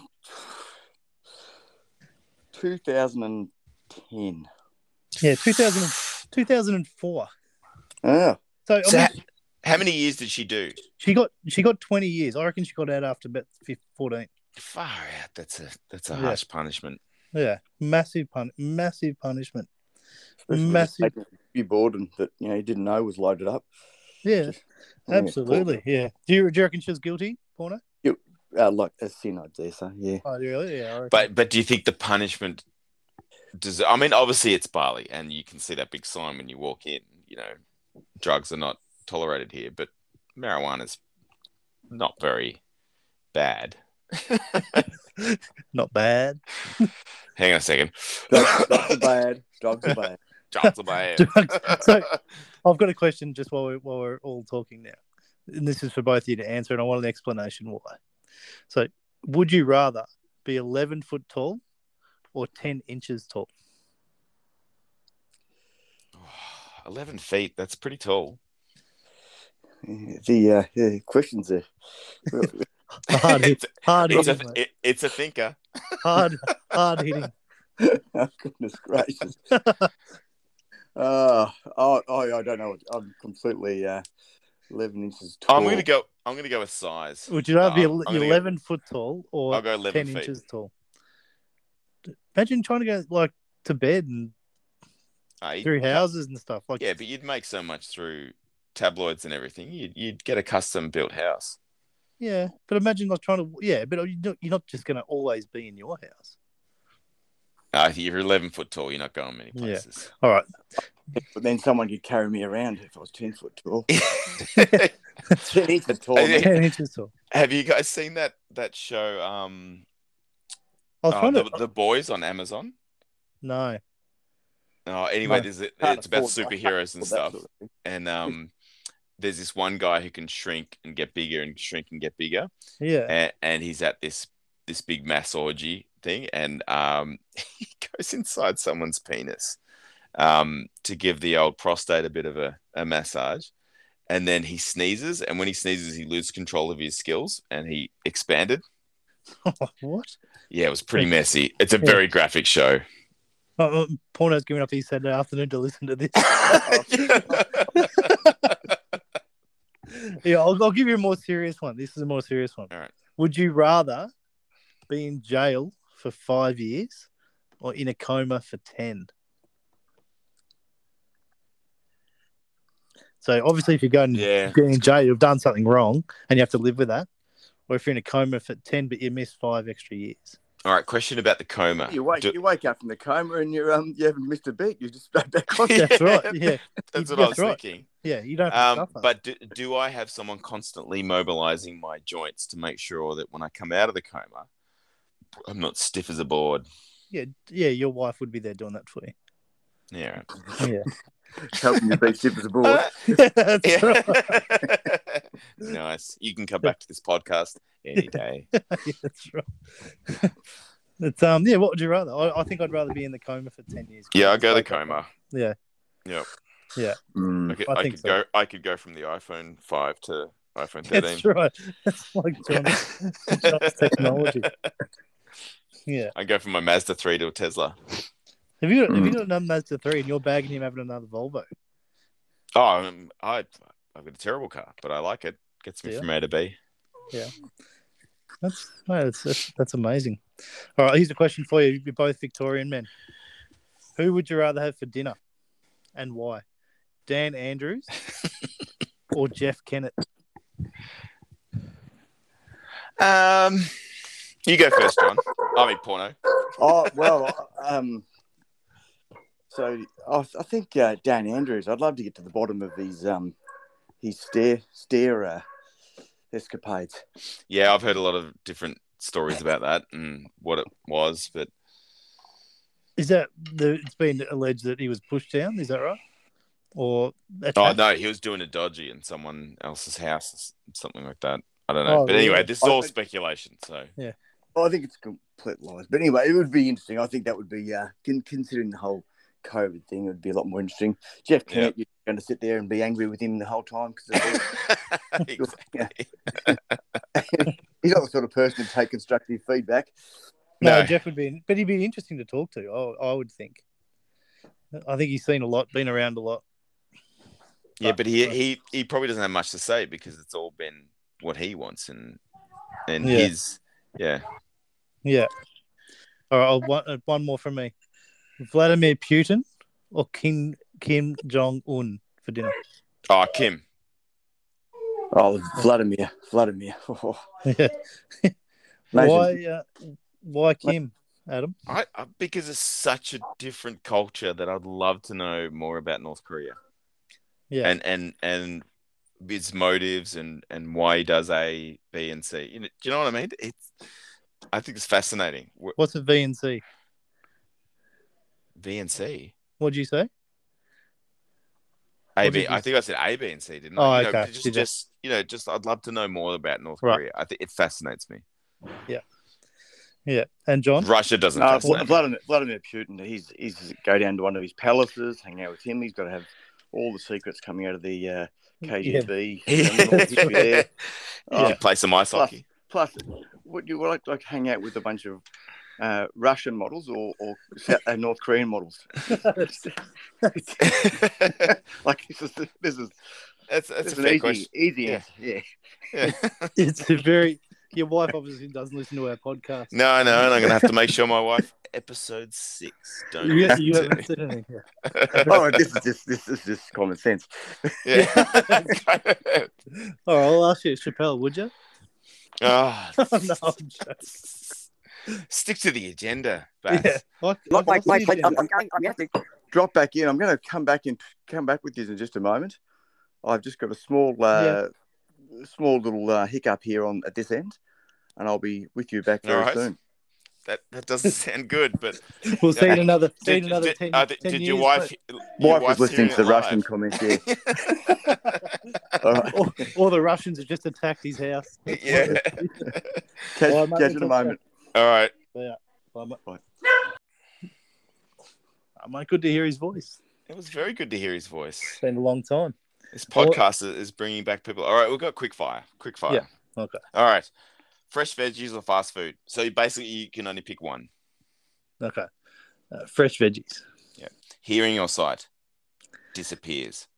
D: two thousand and ten.
B: Yeah, 2000, 2004.
D: Oh,
B: So, I
A: So
B: mean,
A: How many years did she do?
B: she got she got twenty years. I reckon she got out after about 15, 14.
A: Far out. That's a that's a
B: Yeah.
A: harsh punishment.
B: Yeah, massive pun, massive punishment.
D: especially with
B: Massive.
D: the paper You bought and that you know you didn't know was loaded up.
B: Yeah,
D: Yeah,
B: absolutely. Yeah. Do you, do you reckon she was guilty, Porno?
D: Uh, like a sin, I dare say. Yeah.
B: Oh, really? Yeah. I reckon.
A: But but do you think the punishment? Does I mean obviously it's Bali, and you can see that big sign when you walk in. You know, drugs are not tolerated here, but marijuana's not very bad.
B: not bad.
A: Hang on a second.
D: Dogs, dogs are bad. Dogs are bad.
A: Drugs are bad.
B: Drugs. So I've got a question just while we're, while we're all talking now. And this is for both of you to answer, and I want an explanation why. So, would you rather be 11 foot tall or 10 inches tall?
A: Eleven feet. That's pretty tall.
D: Yeah, The uh, yeah, questions are
B: Hard, hit,
A: it's,
B: hard
A: it's a
B: hitting. mate.
A: it, it's a thinker.
B: Hard, hard hitting.
D: oh, goodness gracious. Uh, oh, oh, I don't know. I'm completely. Uh, eleven inches tall.
A: I'm going to go. I'm going to go with size.
B: Would you rather be
A: No,
B: ele-
A: I'm gonna go-
B: 11 foot tall
A: I'll
B: or
A: go 11
B: 10
A: feet.
B: inches tall? Imagine trying to go like to bed and
A: Eh?
B: through houses and stuff. Like,
A: Yeah, but you'd make so much through tabloids and everything. You'd, you'd get a custom built house.
B: yeah, but imagine like trying to, yeah, but you're not, you're not just going to always be in your house.
A: Uh, if you're 11 foot tall, you're not going many
B: Yeah.
A: places.
B: All right,
D: But then someone could carry me around if I was ten foot tall.
A: Yeah.
D: ten inches tall. man.
B: 10 inches tall.
A: Have you guys seen that that show? Um,
B: I was
A: uh,
B: trying
A: the,
B: to,
A: the boys on Amazon.
B: no,
A: Oh, anyway,
B: No,
A: there's a,
D: Can't
A: it's about
D: afford that.
A: superheroes and
D: Well, that
A: stuff.
D: sort of thing.
A: and um, there's this one guy who can shrink and get bigger and shrink and get bigger,
B: yeah,
A: and, and he's at this this big mass orgy thing, and um, he goes inside someone's penis, um, to give the old prostate a bit of a, a massage, and then he sneezes, and when he sneezes, he loses control of his skills, and he expanded.
B: what?
A: Yeah, it was pretty messy. It's a
B: Yeah.
A: very graphic show.
B: Oh, oh, Porno's giving up his Saturday afternoon to listen to this. yeah, I'll, I'll give you a more serious one. This is a more serious one.
A: All right.
B: Would you rather be in jail for five years or in a coma for 10? So, obviously, if you're going
A: yeah,
B: being in jail, you've done something wrong and you have to live with that. Or if you're in a coma for 10, but you miss five extra years.
A: all right. Question about the coma.
D: You wake,
A: Ah, Do-
D: you wake up from the coma and you're um you haven't missed a beat. You just straight back on.
B: That's right. Yeah.
A: That's what I was
B: That's right.
A: thinking.
B: Yeah. You don't have to
A: Um,
B: suffer.
A: but do, do I have someone constantly mobilizing my joints to make sure that when I come out of the coma, I'm not stiff as a board?
B: yeah. Yeah. Your wife would be there doing that for you.
A: Yeah.
B: Yeah.
D: Helping you beat ship as a board.
A: Uh,
B: That's
A: yeah.
B: right.
A: nice. You can come back to this podcast any day.
B: Yeah, that's right. it's um yeah. What would you rather? I, I think I'd rather be in the coma for ten years.
A: Yeah, I'll go to coma. I
D: Mm.
A: could,
B: I
A: I
B: think
A: could
B: so.
A: go. I could go from the iPhone five to iPhone thirteen.
B: That's right. That's like John, John's technology. Yeah.
A: I go from my Mazda three to a Tesla.
B: Have you got, have
A: Hmm.
B: you got another Mazda three and you're bagging him having another Volvo?
A: Oh, I'm, I I've got a terrible car, but I like it. Gets me
B: Yeah.
A: from A to B.
B: That's no, that's, that's that's amazing. All right, here's a question for you. You're both Victorian men. Who would you rather have for dinner, and why? Dan Andrews or Jeff Kennett?
A: Um, you go first, John. I mean, porno.
D: oh well, um, so I, I think uh, Dan Andrews. I'd love to get to the bottom of his um his stare stare uh, escapades.
A: Yeah, I've heard a lot of different stories about that and what it was, but
B: Is that the? It's been alleged that he was pushed down. Is that right? Or
A: oh
B: attacked?
A: no, he was doing a dodgy in someone else's house, or s- something like that. I don't know.
B: Oh,
A: but anyway,
B: really?
A: this is all
D: I-
A: speculation. So
D: Well, I think it's complete lies. But anyway, it would be interesting. I think that would be uh, con- considering the whole COVID thing, it would be a lot more interesting. Jeff
A: Yeah.
D: Kennett, you're going to sit there and be angry with him the whole time because he's not the sort of person to take constructive feedback.
B: No,
A: No.
B: Jeff would be, but he'd be interesting to talk to. I, I would think. I think he's seen a lot, been around a lot.
A: yeah, but he he he probably doesn't have much to say because it's all been what he wants and and
B: Yeah.
A: his yeah.
B: Yeah. All right, I'll, one, uh, one more from me: Vladimir Putin or Kim Kim Jong Un for dinner.
A: Oh, Kim.
D: Oh, Vladimir, Vladimir.
B: why? Uh, why Kim? Adam?
A: I, I because it's such a different culture that I'd love to know more about North Korea.
B: Yeah.
A: and and and his motives and and why he does A, B, and C. You know, do you know what I mean? It's I think it's fascinating. W-
B: What's a V and C?
A: B and C,
B: What'd you say?
A: A
B: What
A: B.
B: did you
A: I think I said A, B, and C, didn't
B: Oh,
A: I? You know,
B: okay.
A: Just,
B: Did you?
A: just you know, just I'd love to know more about North
B: Right.
A: Korea. I think it fascinates me.
B: Yeah. And John?
A: Russia doesn't
D: Uh,
A: fascinate me.
D: Vladimir, Vladimir Putin, he's he's go down to one of his palaces, hang out with him. He's got to have all the secrets coming out of the uh, KGB. criminal
A: Yeah.
D: history there.
A: You
D: Oh,
A: could play some ice
D: Plus-
A: hockey.
D: Plus, would you like like hang out with a bunch of uh, Russian models or, or South- uh, North Korean models? like this is this is
A: That's, that's a
D: It's an
A: fair
D: easy,
A: question.
D: easy
A: Yeah.
D: answer. Yeah.
A: Yeah.
B: It's a very. Your wife obviously doesn't listen to our podcast.
A: No, no, and I'm gonna have to make sure my wife. Episode six. Don't.
B: you,
A: listen
B: you
A: to
B: haven't
A: it.
B: said anything. Yeah.
D: Oh, this is just this is just common sense.
A: yeah.
B: All right, I'll ask you, Chappelle. Would you?
A: Ah,
B: Oh, no, I'm joking.
A: Stick to the agenda, Bass.
B: Yeah. What-
E: Mike,
B: what's
E: Mike, Mike,
B: the
E: Mike, I'm,
B: agenda?
E: I'm going. I'm going to.
D: Drop back in. I'm going to come back and come back with you in just a moment. I've just got a small, uh, small little uh, hiccup here on at this end, and I'll be with you back
A: All
D: very
A: right.
D: soon.
A: That that doesn't sound good, but
B: We'll see you in another. See you in
A: did,
B: another
A: did,
B: ten,
A: uh, did-
B: 10
A: did
B: years,
A: your wife?
B: mate.
A: your
D: Wife was
A: wife's
D: listening
A: hearing
D: to the
A: it live?
D: Russian comments. Yeah. All right.
B: Or, or the Russians have just attacked his house.
A: yeah.
D: Catch,
B: Well, I might be
D: catch you in a
B: touched
D: moment.
A: All right.
B: Well, mate.
D: Right.
B: Oh, mate, good to hear his voice.
A: It was very good to hear his voice.
B: It's been a long time.
A: This podcast is- is bringing back people. All right, we've got quick fire. Quick fire.
B: Yeah, okay.
A: All right. Fresh veggies or fast food? So you basically you can only pick one.
B: Okay. Uh, fresh veggies
A: Hearing or sight disappears.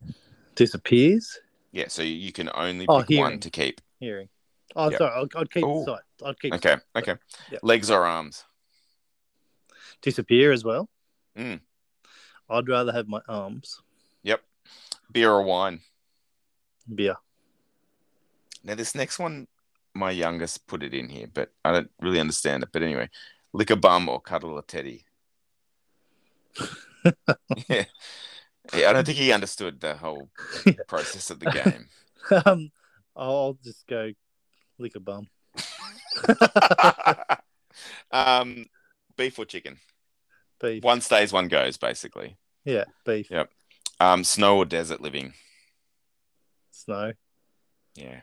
B: disappears.
A: Yeah, so you can only
B: Oh,
A: pick
B: hearing.
A: one to keep.
B: Hearing. Oh,
A: Yeah.
B: sorry. I'd, I'd keep
A: Ooh.
B: sight. I'd keep
A: Okay. Okay.
B: Yeah.
A: Legs or arms?
B: disappear as well.
A: Mm.
B: I'd rather have my arms.
A: Beer or wine?
B: Beer.
A: Now this next one, my youngest put it in here, but I don't really understand it. But anyway, lick a bum or cuddle a teddy. yeah. Yeah, I don't think he understood the whole process of the game.
B: um, I'll just go lick a bum.
A: um, beef or chicken?
B: Beef.
A: One stays, one goes, basically.
B: Yeah, beef.
A: Yeah. Um, snow or desert living?
B: Snow.
A: Yeah,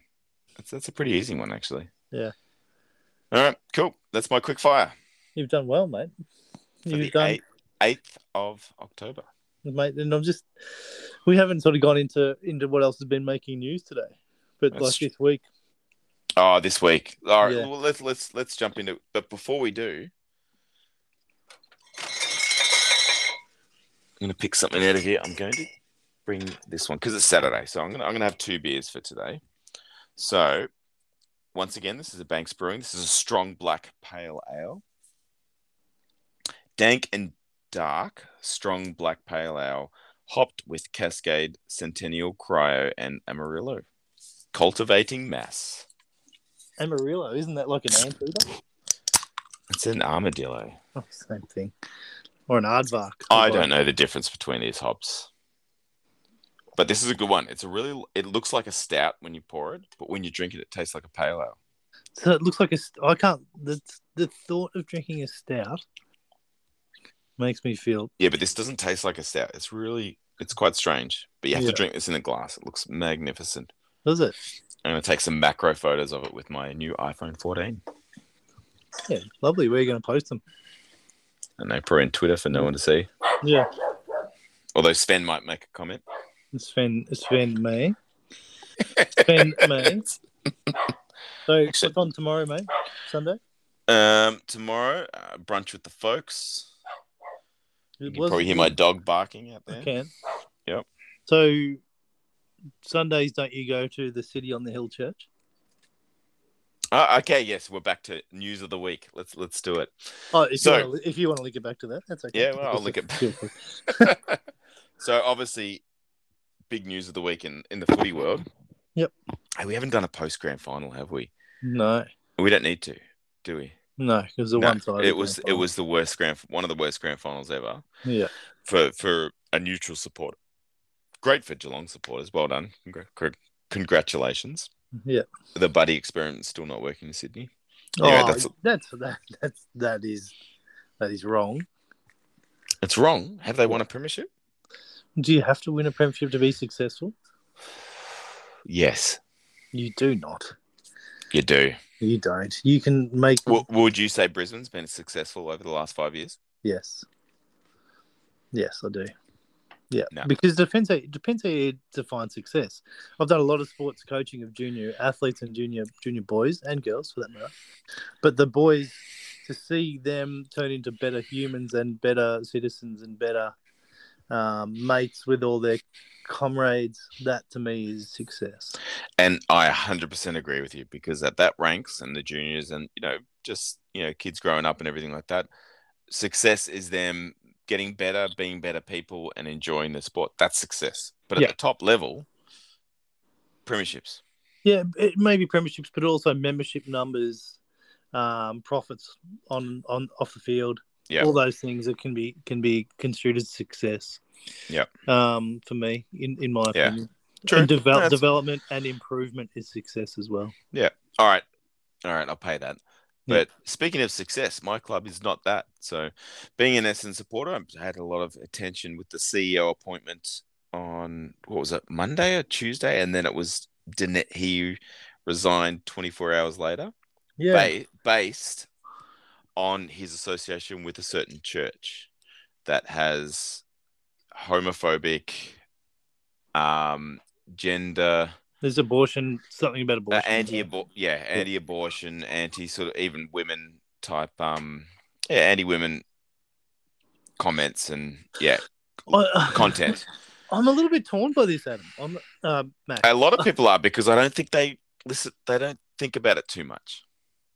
A: that's that's a pretty easy one actually.
B: Yeah.
A: All right, cool. That's my quick fire
B: You've done well, mate.
A: for
B: You've
A: the
B: done,
A: eight- 8th of October.
B: mate. And I'm just, we haven't sort of gone into into what else has been making news today, but
A: That's
B: like
A: true.
B: this week.
A: Oh, this week. All right.
B: Yeah.
A: Well, let's let's let's jump into. But before we do, I'm gonna pick something out of here. I'm going to bring this one because it's Saturday, so I'm gonna I'm gonna have two beers for today. So, once again, this is a Banks Brewing. This is a strong black pale ale. Dank and dark, strong black pale ale, hopped with Cascade, Centennial, Cryo, and Amarillo. Cultivating mass.
B: Amarillo, isn't that like an anteater?
A: It's an armadillo.
B: Oh, same thing. Or an aardvark.
A: I don't know the difference between these hops. But this is a good one. It's a really it looks like a stout when you pour it, but when you drink it it tastes like a pale ale.
B: So it looks like a. st- I can't. The, the thought of drinking a stout makes me feel.
A: Yeah, but this doesn't taste like a stout. It's really it's quite strange. But you have
B: Yeah.
A: to drink this in a glass. It looks magnificent.
B: Does it?
A: I'm gonna take some macro photos of it with my new iPhone 14.
B: Yeah, lovely. Where are you going to post them?
A: And they probably on Twitter for no one to see.
B: Yeah,
A: Although Sven might make a comment.
B: Sven, Sven May. Sven May. So what's on tomorrow, mate? Sunday.
A: Um tomorrow, uh, brunch with the folks. You
B: It
A: can
B: was-
A: probably hear my dog barking out there.
B: I can.
A: Yep.
B: So Sundays, don't you go to the City on the Hill Church?
A: Oh, okay, yes, we're back to news of the week. Let's let's do it.
B: Oh, if
A: So-
B: you want to, if you want to link it back to that, that's okay.
A: Yeah, well, I'll link it back. so obviously, big news of the week in, in the footy world.
B: Yep.
A: Hey, we haven't done a post grand final, have we?
B: No,
A: We don't need to, do we?
B: no, it was a
A: No,
B: one side.
A: It was it was the worst grand one of the worst grand finals ever
B: Yeah.
A: for for a neutral supporter. Great for Geelong supporters. Well done. Congra- cr- Congratulations.
B: Yeah.
A: The buddy experiment's still not working in Sydney.
B: Oh,
A: Anyway,
B: that's
A: that's-
B: that's that that's that is that is wrong.
A: It's wrong. Have they won a premiership?
B: Do you have to win a premiership to be successful?
A: Yes,
B: You do not.
A: you do.
B: You don't. You can make
A: W- would you say Brisbane's been successful over the last five years?
B: yes, yes, I do. Yeah,
A: No.
B: because it depends. How, it depends how you define success. I've done a lot of sports coaching of junior athletes and junior junior boys and girls for that matter. But the boys, to see them turn into better humans and better citizens and better um, mates with all their comrades. That to me is success.
A: And I 100% agree with you because at that ranks and the juniors and, you know, just, you know, kids growing up and everything like that, success is them getting better, being better people and enjoying the sport. That's success. But at
B: Yeah.
A: the top level, premierships.
B: Yeah, it may be premierships, but also membership numbers, um, profits on on off the field.
A: Yeah.
B: all those things that can be can be construed as success.
A: Yeah.
B: Um, for me, in in my
A: Yeah.
B: opinion,
A: True.
B: and devel-
A: That's-
B: development and improvement is success as well.
A: All right. All right. I'll pay that.
B: Yeah.
A: But speaking of success, my club is not that. So, being an Essendon supporter, I had a lot of attention with the CEO appointment on what was it, Monday or Tuesday, and then it was Dinette, he resigned 24 hours later,
B: Yeah,
A: ba- based on his association with a certain church that has homophobic, um, gender,
B: there's abortion, something
A: uh,
B: about abortion.
A: anti yeah anti abortion anti sort of even women type um yeah anti women comments and yeah
B: I-
A: content
B: I'm a little bit torn by this, Adam. I'm, uh, Matt.
A: a lot of people are because i don't think they listen they don't think about it too much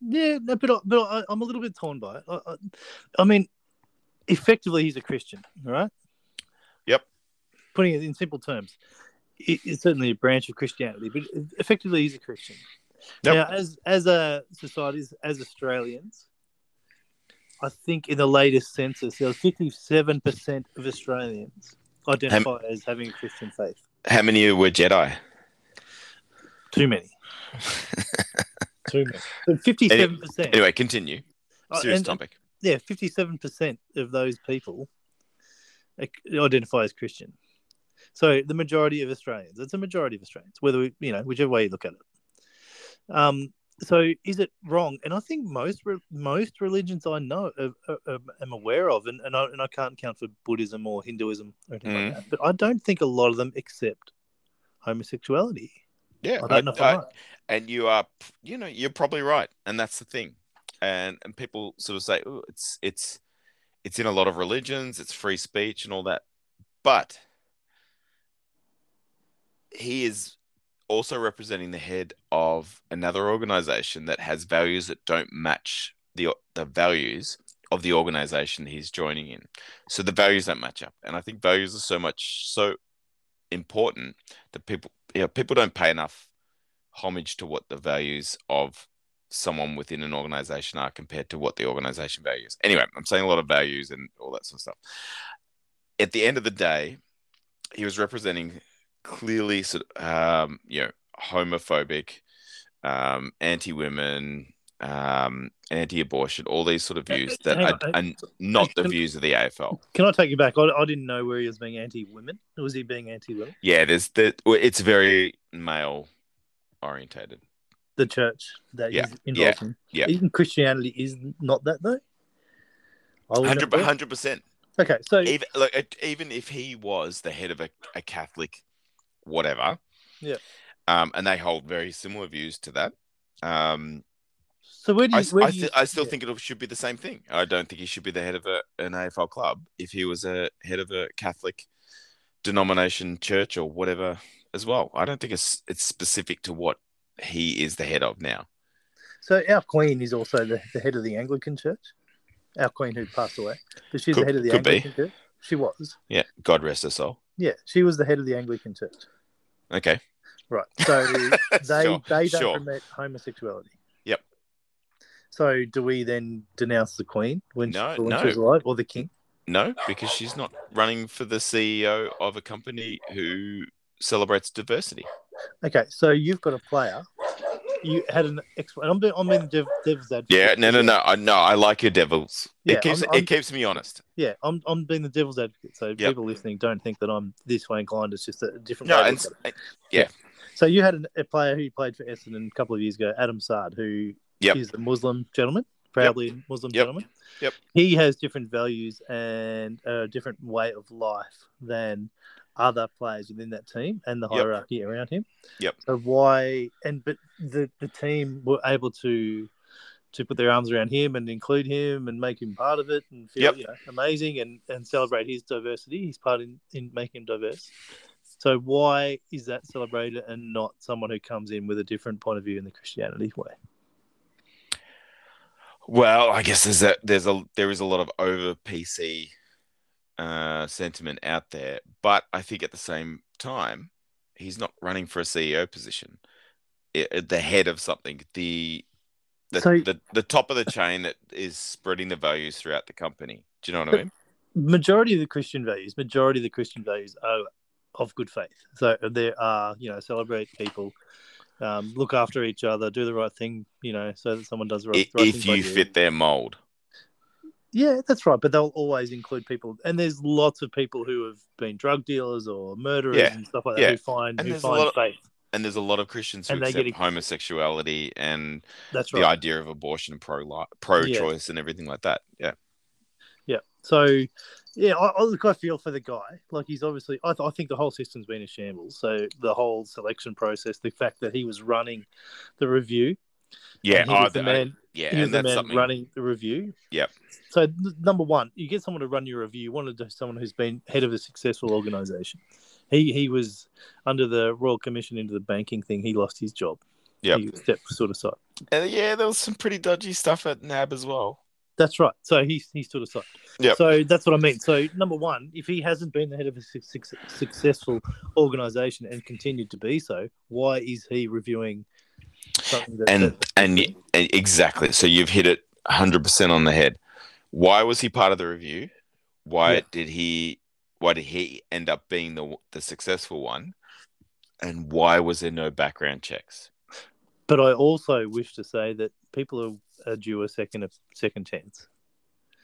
B: Yeah, no, but I, but I, I'm a little bit torn by it. I, I, I mean, effectively, he's a Christian, right?
A: Yep.
B: Putting it in simple terms, it, it's certainly a branch of Christianity, but effectively, he's a Christian.
A: Yep.
B: Now, as as a society, as- as Australians, I think in the latest census, there was 57 percent of Australians identify as having a Christian faith.
A: how many were jedi
B: Too many. Too many. But 57 percent. Uh,
A: anyway continue serious topic
B: yeah, fifty-seven percent of those people ac- identify as Christian. So the majority of Australians, it's a majority of Australians, whether we, you know whichever way you look at it. Um, so is it wrong? And I think most re- most religions I know of, of, of, am aware of, and and I, and I can't count for Buddhism or Hinduism or anything
A: Mm-hmm.
B: like that. But I don't think a lot of them accept homosexuality.
A: yeah
B: I don't know if
A: I-
B: I'm right.
A: and you are you know you're probably right and that's the thing and and people sort of say oh it's it's it's in a lot of religions it's free speech and all that but he is also representing the head of another organization that has values that don't match the the values of the organization he's joining in so the values don't match up and i think values are so much so important that people you know, people don't pay enough homage to what the values of someone within an organization are compared to what the organization values. Anyway, I'm saying a lot of values and all that sort of stuff. At the end of the day, he was representing clearly sort of, um, you know, homophobic, um, anti-women, um, anti-abortion, all these sort of views that
B: Hang
A: are,
B: on,
A: are not the views of the AFL.
B: Can I take you back? I, I didn't know where he was being anti-women. Was he being anti-women?
A: Yeah, there's the well, it's very male orientated.
B: the church that
A: Yeah,
B: is involved in.
A: yeah.
B: Even Christianity is not that though. I was
A: 100 100%.
B: Okay, so
A: even like it- even if he was the head of a, a Catholic, whatever,
B: Yeah.
A: um, and they hold very similar views to that. Um,
B: so where do
A: I,
B: you?
A: s-
B: Where
A: I,
B: do you
A: th- I still
B: yeah.
A: think it should be the same thing. I don't think he should be the head of a, an AFL club if he was a head of a Catholic denomination, church, or whatever as well. I don't think it's it's specific to what he is the head of now.
B: so. Our Queen is also the, the head of the Anglican Church. Our Queen who passed away, but she's
A: Could-
B: the head of the
A: could be.
B: Anglican Church. She was.
A: Yeah, God rest her soul.
B: Yeah, she was the head of the Anglican Church.
A: Okay,
B: Right. So they
A: Sure,
B: they don't
A: sure.
B: permit homosexuality.
A: Yep.
B: So do we then denounce the Queen when,
A: No,
B: she, when
A: no.
B: she was alive, or the King?
A: No, because she's not running for the CEO of a company who celebrates diversity.
B: Okay, so you've got a player. You had an ex. and I'm doing. I'm in dev, devil's advocate.
A: Yeah, no, no, no, I no, I like your devils.
B: Yeah,
A: it keeps
B: I'm- I'm-
A: it keeps me honest.
B: Yeah, I'm. I'm being the devil's advocate. So people listening don't think that I'm this way inclined. It's just a different.
A: No,
B: way to
A: and
B: look at it.
A: yeah.
B: So you had an, a player who played for Essendon a couple of years ago, Adam Sard, who is
A: Yep.
B: a Muslim gentleman, proudly Muslim
A: Yep.
B: gentleman.
A: Yep.
B: He has different values and a different way of life than other players within that team and the
A: Yep.
B: hierarchy around him.
A: Yep.
B: So why and but the the team were able to to put their arms around him and include him and make him part of it and feel
A: Yep.
B: you know, amazing and, and celebrate his diversity, his part in, in making him diverse. So why is that celebrated and not someone who comes in with a different point of view in the Christianity way?
A: Well, I guess there's a there's a there is a lot of over PC uh, sentiment out there, but I think at the same time, he's not running for a CEO position, I- at the head of something, the the,
B: So-
A: the the top of the chain that is spreading the values throughout the company. Do you know what I
B: But-
A: mean?
B: majority of the Christian values, majority of the Christian values are of good faith. So there are, you know, celebrate people, um, look after each other, do the right thing, you know, so that someone does the right,
A: I-
B: the right
A: If
B: thing by
A: you fit their mold,
B: Yeah, that's right. But they'll always include people, and there's lots of people who have been drug dealers or murderers
A: Yeah,
B: and stuff like that
A: yeah.
B: who find
A: And
B: who
A: there's a
B: find
A: lot of-
B: faith.
A: and there's a lot of Christians who
B: And they
A: accept
B: get ex-
A: homosexuality and
B: That's
A: the
B: right.
A: idea of abortion, pro pro choice, and everything like that. Yeah.
B: Yeah. So, yeah, I, I look, I feel for the guy. Like he's obviously, I, th- I think the whole system's been a shambles. So the whole selection process, the fact that he was running the review,
A: Yeah,
B: and he
A: I-
B: was the
A: I-
B: man,
A: yeah,
B: he was
A: and
B: the
A: that's
B: man
A: something.
B: running the review.
A: Yep.
B: So n- number one, you get someone to run your review. You want to do someone who's been head of a successful organization. He he was under the Royal Commission into the banking thing. He lost his job.
A: Yep.
B: He stepped sort of side.
A: And Uh, yeah, there was some pretty dodgy stuff at NAB as well.
B: That's right. So he he stood aside.
A: Yep.
B: So that's what I mean. So number one, if he hasn't been the head of a su- su- successful organisation and continued to be so, why is he reviewing something that?
A: And
B: that-
A: and, y- and exactly. So you've hit it 100% on the head. Why was he part of the review? Why
B: Yeah.
A: did he why did he end up being the the successful one? And why was there no background checks?
B: but I also wish to say that people are, are due a second a second chance.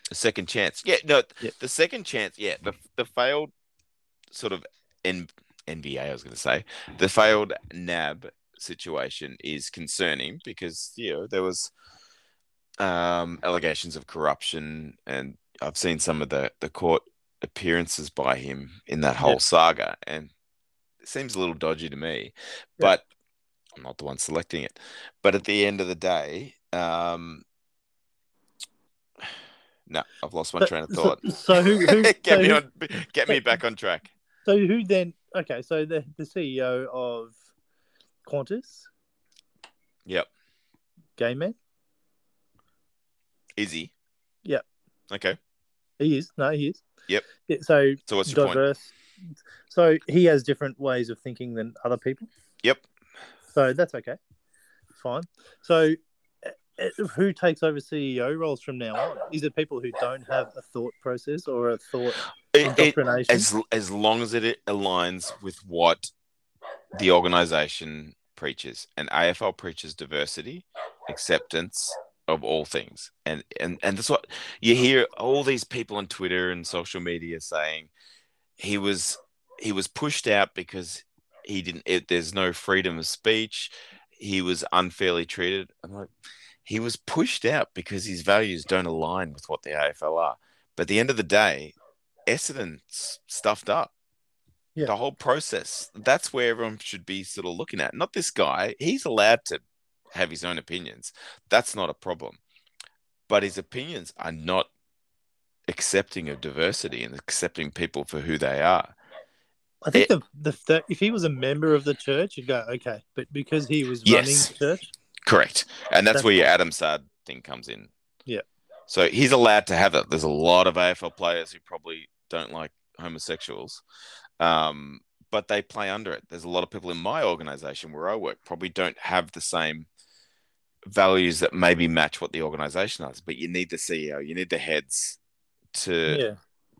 A: A second chance. Yeah, no,
B: Yeah.
A: the second chance, yeah, the the failed sort of N, NBA I was going to say, the failed NAB situation is concerning because, you know, there was um, allegations of corruption, and I've seen some of the, the court appearances by him in that whole
B: Yeah.
A: saga, and it seems a little dodgy to me, but I'm not the one selecting it. But at the end of the day, um, no, I've lost my
B: But-
A: train of
B: so-
A: thought.
B: So, who, who
A: get
B: so
A: me
B: who-
A: on, get me back on track.
B: So who then? Okay, so the the CEO of Qantas,
A: Yep,
B: gay man.
A: Izzy.
B: Yep.
A: Okay.
B: He is. No, he is.
A: Yep.
B: Yeah, so
A: So what's your point?
B: diverse. So he has different ways of thinking than other people.
A: Yep.
B: So that's okay. Fine. So uh, uh, who takes over CEO roles from now on? Is it people who don't have a thought process or a thought
A: It- it-
B: indoctrination?
A: as as long as it aligns with what the organization preaches and AFL preaches diversity acceptance of all things and and and that's what you hear all these people on Twitter and social media saying he was he was pushed out because he didn't it, there's no freedom of speech he was unfairly treated I'm like he was pushed out because his values don't align with what the AFL are but at the end of the day Essendon s- stuffed up.
B: Yeah.
A: The whole process. That's where everyone should be sort of looking at. Not this guy. He's allowed to have his own opinions. That's not a problem. But his opinions are not accepting of diversity and accepting people for who they are.
B: I think the, the, the if he was a member of the church, you'd go okay, but because he was running
A: Yes.
B: the church,
A: Correct. And that's
B: That's-
A: where your Adam Sard thing comes in.
B: Yeah.
A: So he's allowed to have it. There's a lot of AFL players who probably don't like homosexuals, um, but they play under it. There's a lot of people in my organization where I work probably don't have the same values that maybe match what the organization has, but you need the CEO, you need the heads to
B: yeah,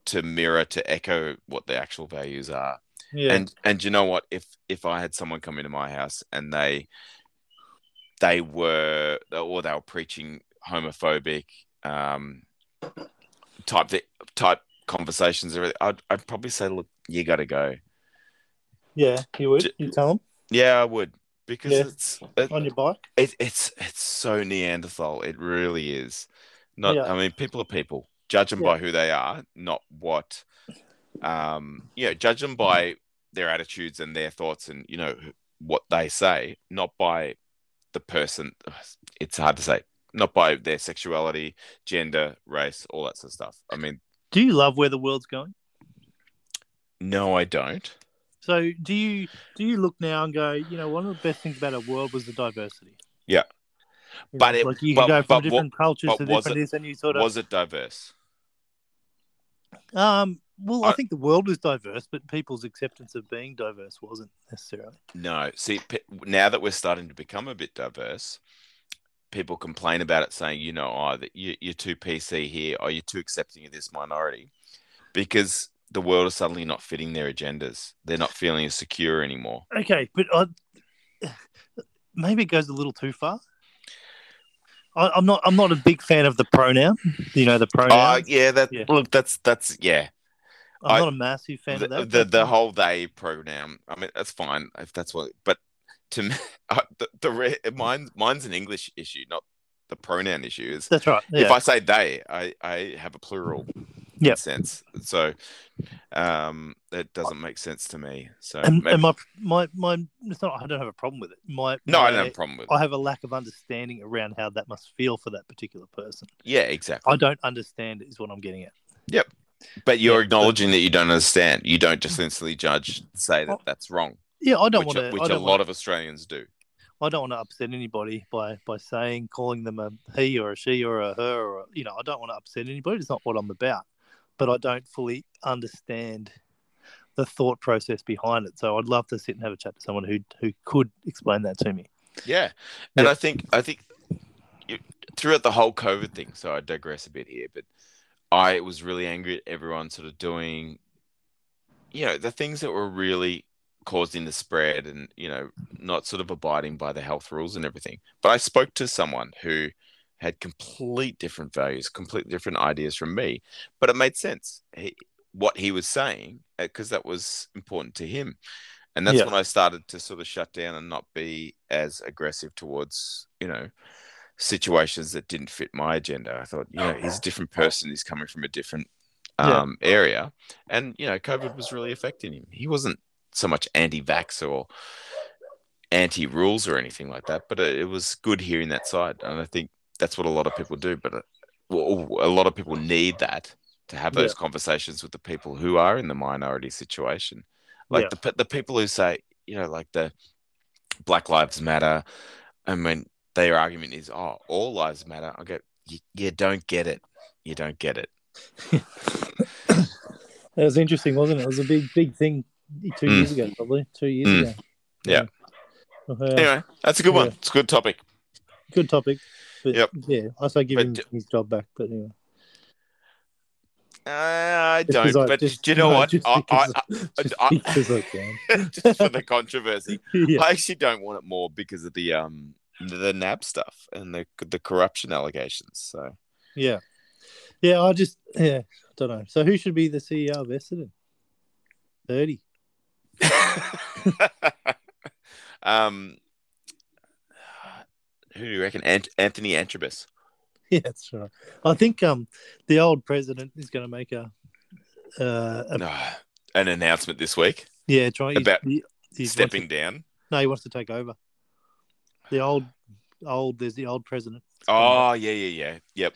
A: to mirror to echo what the actual values are.
B: yeah,
A: And and you know what? If if I had someone come into my house and they they were or they were preaching homophobic um, type thi- type conversations, or- I'd I'd probably say, look, you got to go.
B: yeah, you would
A: J-
B: you tell him
A: Yeah, I would because
B: Yeah.
A: it's it,
B: on your bike.
A: it, it's it's so Neanderthal. It really is. Not,
B: Yeah.
A: I mean, people are people. Judge them
B: Yeah.
A: by who they are, not what. Um, you know, judge them by their attitudes and their thoughts, and you know what they say, not by the person. It's hard to say. not by their sexuality, gender, race, all that sort of stuff. I mean,
B: Do you love where the world's going?
A: no, I don't.
B: So do you do you look now and go, you know, one of the best things about our world was the diversity.
A: Yeah.
B: You know,
A: But it-
B: like you
A: but-
B: can go from
A: but what-
B: different cultures
A: but
B: to
A: was
B: different
A: it-
B: this and you sort of
A: Was it diverse?
B: um well, I
A: I-
B: think the world was diverse, but people's acceptance of being diverse wasn't necessarily.
A: No. See, pe- now that we're starting to become a bit diverse, people complain about it, saying, you know, oh, that you, you're too PC here, or you're too accepting of this minority, because the world is suddenly not fitting their agendas. They're not feeling as secure anymore.
B: Okay, but I, maybe it goes a little too far. I, I'm not. I'm not a big fan of the pronoun. You know the pronoun.
A: Oh, yeah. That
B: Yeah.
A: look, that's that's yeah.
B: I'm
A: I-
B: not a massive fan
A: the,
B: of that.
A: the the whole they pronoun. I mean, that's fine if that's what. But to me, I, the, the re- mine mine's an English issue, not the pronoun issue. Is
B: That's right.
A: if
B: Yeah.
A: I say they, I I have a plural
B: Yep.
A: sense. So, um, that doesn't make sense to me. So
B: and,
A: maybe-
B: and my, my my it's not. I don't have a problem with it. My
A: no, I don't
B: my-
A: have a problem with.
B: I have a lack of understanding around how that must feel for that particular person.
A: yeah, exactly.
B: I don't understand it is what I'm getting at.
A: But you're
B: yeah, but-
A: acknowledging that you don't understand. You don't just instantly judge, say that
B: Oh,
A: that's wrong,
B: Yeah, I don't
A: which,
B: want to.
A: which
B: I
A: a
B: don't
A: lot
B: wanna,
A: of Australians do.
B: I don't want to upset anybody by by saying calling them a he or a she or a her or a, you know I don't want to upset anybody. It's not what I'm about, but I don't fully understand the thought process behind it. So I'd love to sit and have a chat to someone who who could explain that to me.
A: Yeah, and
B: Yeah.
A: I think I think you, throughout the whole COVID thing. So I digress a bit here, but I was really angry at everyone sort of doing, you know, the things that were really causing the spread, and you know, not sort of abiding by the health rules and everything. But I spoke to someone who had complete different values, completely different ideas from me, but it made sense. He, what he was saying because that was important to him and that's
B: Yeah.
A: when I started to sort of shut down and not be as aggressive towards you know situations that didn't fit my agenda. I thought you know he's a different person, he's coming from a different
B: Yeah.
A: um, area, and you know COVID was really affecting him. He wasn't so much anti-vax or anti-rules or anything like that, but uh, it, it was good hearing that side, and I think that's what a lot of people do. But uh, well, a lot of people need that to have those conversations with the people who are in the minority situation like
B: Yeah.
A: the the the people who say you know like the black lives matter i mean their argument is oh all lives matter i go you, you don't get it you don't get it
B: That was interesting, wasn't it? It was a big big thing two
A: Mm.
B: years ago, probably two years
A: Mm.
B: ago.
A: Yeah.
B: Uh-huh.
A: anyway that's a good one
B: Yeah.
A: it's a good topic
B: good topic. But
A: Yep.
B: yeah, I say give
A: But
B: him
A: d-
B: his job back. But anyway,
A: Uh, i
B: Just 'cause
A: don't but
B: just-
A: do you know
B: no,
A: what
B: Just
A: I, I,
B: because, just
A: I-
B: because I can.
A: I- just for the controversy
B: Yeah.
A: i actually don't want it more because of the um the nab stuff and the the corruption allegations so
B: yeah, yeah. I just yeah, I don't know. So who should be the CEO of Essendon? Thirty.
A: um who do you reckon Ant- anthony antrobus
B: Yeah, that's right. I think um the old president is going to make a uh a,
A: No, an announcement this week
B: yeah try he's-
A: About
B: he- he wants to-
A: stepping down.
B: no, he wants to take over. The old old there's the old president.
A: Oh yeah, yeah, yeah, yep.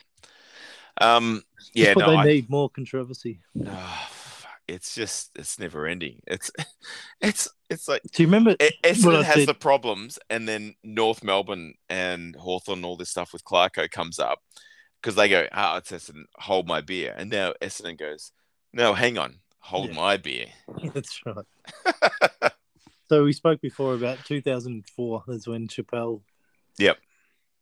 A: Um,
B: That's
A: yeah,
B: what
A: no,
B: they
A: I,
B: need more controversy.
A: Ah, fuck, it's just it's never ending. It's it's it's like
B: Do you remember?
A: E-
B: Well, I
A: Essendon has
B: said-
A: the problems, and then North Melbourne and Hawthorn, all this stuff with Clarko comes up because they go, "Ah, it's Essendon, hold my beer," and now Essendon goes, "No, hang on, hold
B: Yeah.
A: my beer."
B: That's right. so we spoke before about 2004. That's when Chappelle
A: Yep.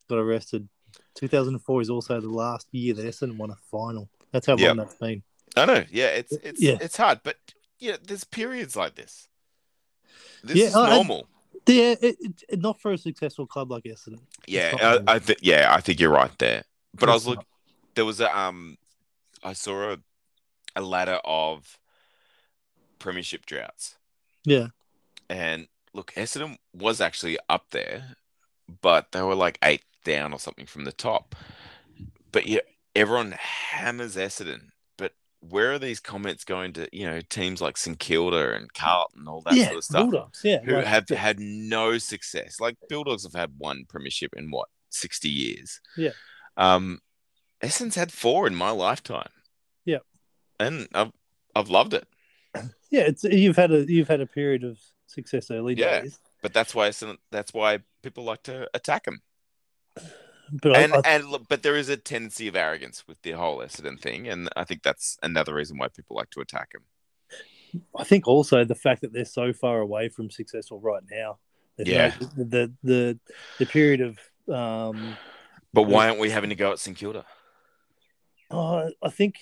B: got arrested. 2004 is also the last year that Essendon won a final. That's how
A: Yep.
B: long that's been.
A: I know. Yeah, it's it's
B: Yeah.
A: it's hard, but yeah, there's periods like this. This
B: Yeah,
A: is
B: I- I-
A: normal.
B: Yeah, it, it, it- not for a successful club like Essendon.
A: yeah,
B: not normal.
A: I, I th- yeah, I think you're right there. But I
B: It's
A: was look,
B: not.
A: there was a um, I saw a, a ladder of premiership droughts,
B: Yeah,
A: and look, Essendon was actually up there, but they were like eight down or something from the top. But yeah, everyone hammers Essendon. But where are these comments going to? You know, teams like St Kilda and Carlton, and all that
B: yeah,
A: sort of stuff
B: Bulldogs. Yeah,
A: who
B: like-
A: have had no success. Like Bulldogs have had one premiership in what 60 years.
B: Yeah.
A: Um, Essence had four in my lifetime.
B: Yeah.
A: And I've, I've loved it.
B: Yeah, it's you've had a you've had a period of success early
A: Yeah.
B: days,
A: But that's why it's- that's why people like to attack him.
B: but
A: and
B: I, I,
A: and look, but there is a tendency of arrogance with the whole Essendon thing, and I think that's another reason why people like to attack him.
B: I think also the fact that they're so far away from successful right now. that
A: Yeah.
B: the, the the the period of um,
A: But why aren't we having to go at St Kilda?
B: oh, I think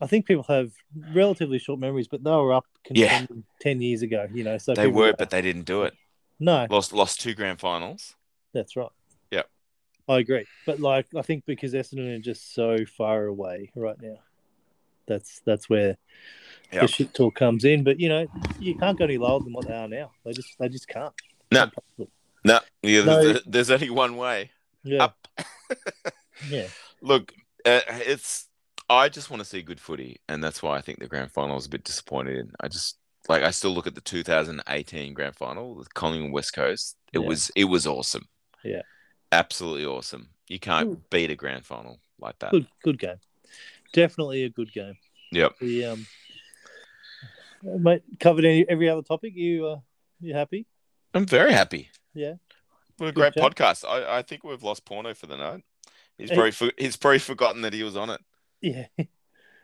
B: I think people have relatively short memories, but they were up
A: Yeah.
B: contending ten years ago. You know, so
A: They
B: people
A: were,
B: go,
A: but they didn't do it.
B: no,
A: Lost lost two grand finals.
B: That's right.
A: Yeah.
B: I agree. But like I think because Essendon are just so far away right now. That's that's where
A: Yeah.
B: the shit talk comes in. But you know, you can't go any lower than what they are now. They just they just can't.
A: No. No, yeah,
B: No.
A: There's, there's only one way.
B: Yeah.
A: Up.
B: yeah.
A: Look, uh, it's I just want to see good footy, and that's why I think the grand final was a bit disappointed. In. I just like I still look at the 2018 grand final with Collingwood West Coast. It
B: Yeah.
A: was it was awesome.
B: Yeah.
A: absolutely awesome. You can't beat a grand final like that.
B: Uh, Good good game. Definitely a good game.
A: Yep.
B: The um mate covered any every other topic. You uh you happy?
A: I'm very happy.
B: Yeah.
A: What a
B: Good
A: great
B: chat.
A: podcast. I, I think we've lost Porno for the night. He's
B: Hey.
A: probably for, he's probably forgotten that he was on it.
B: Yeah.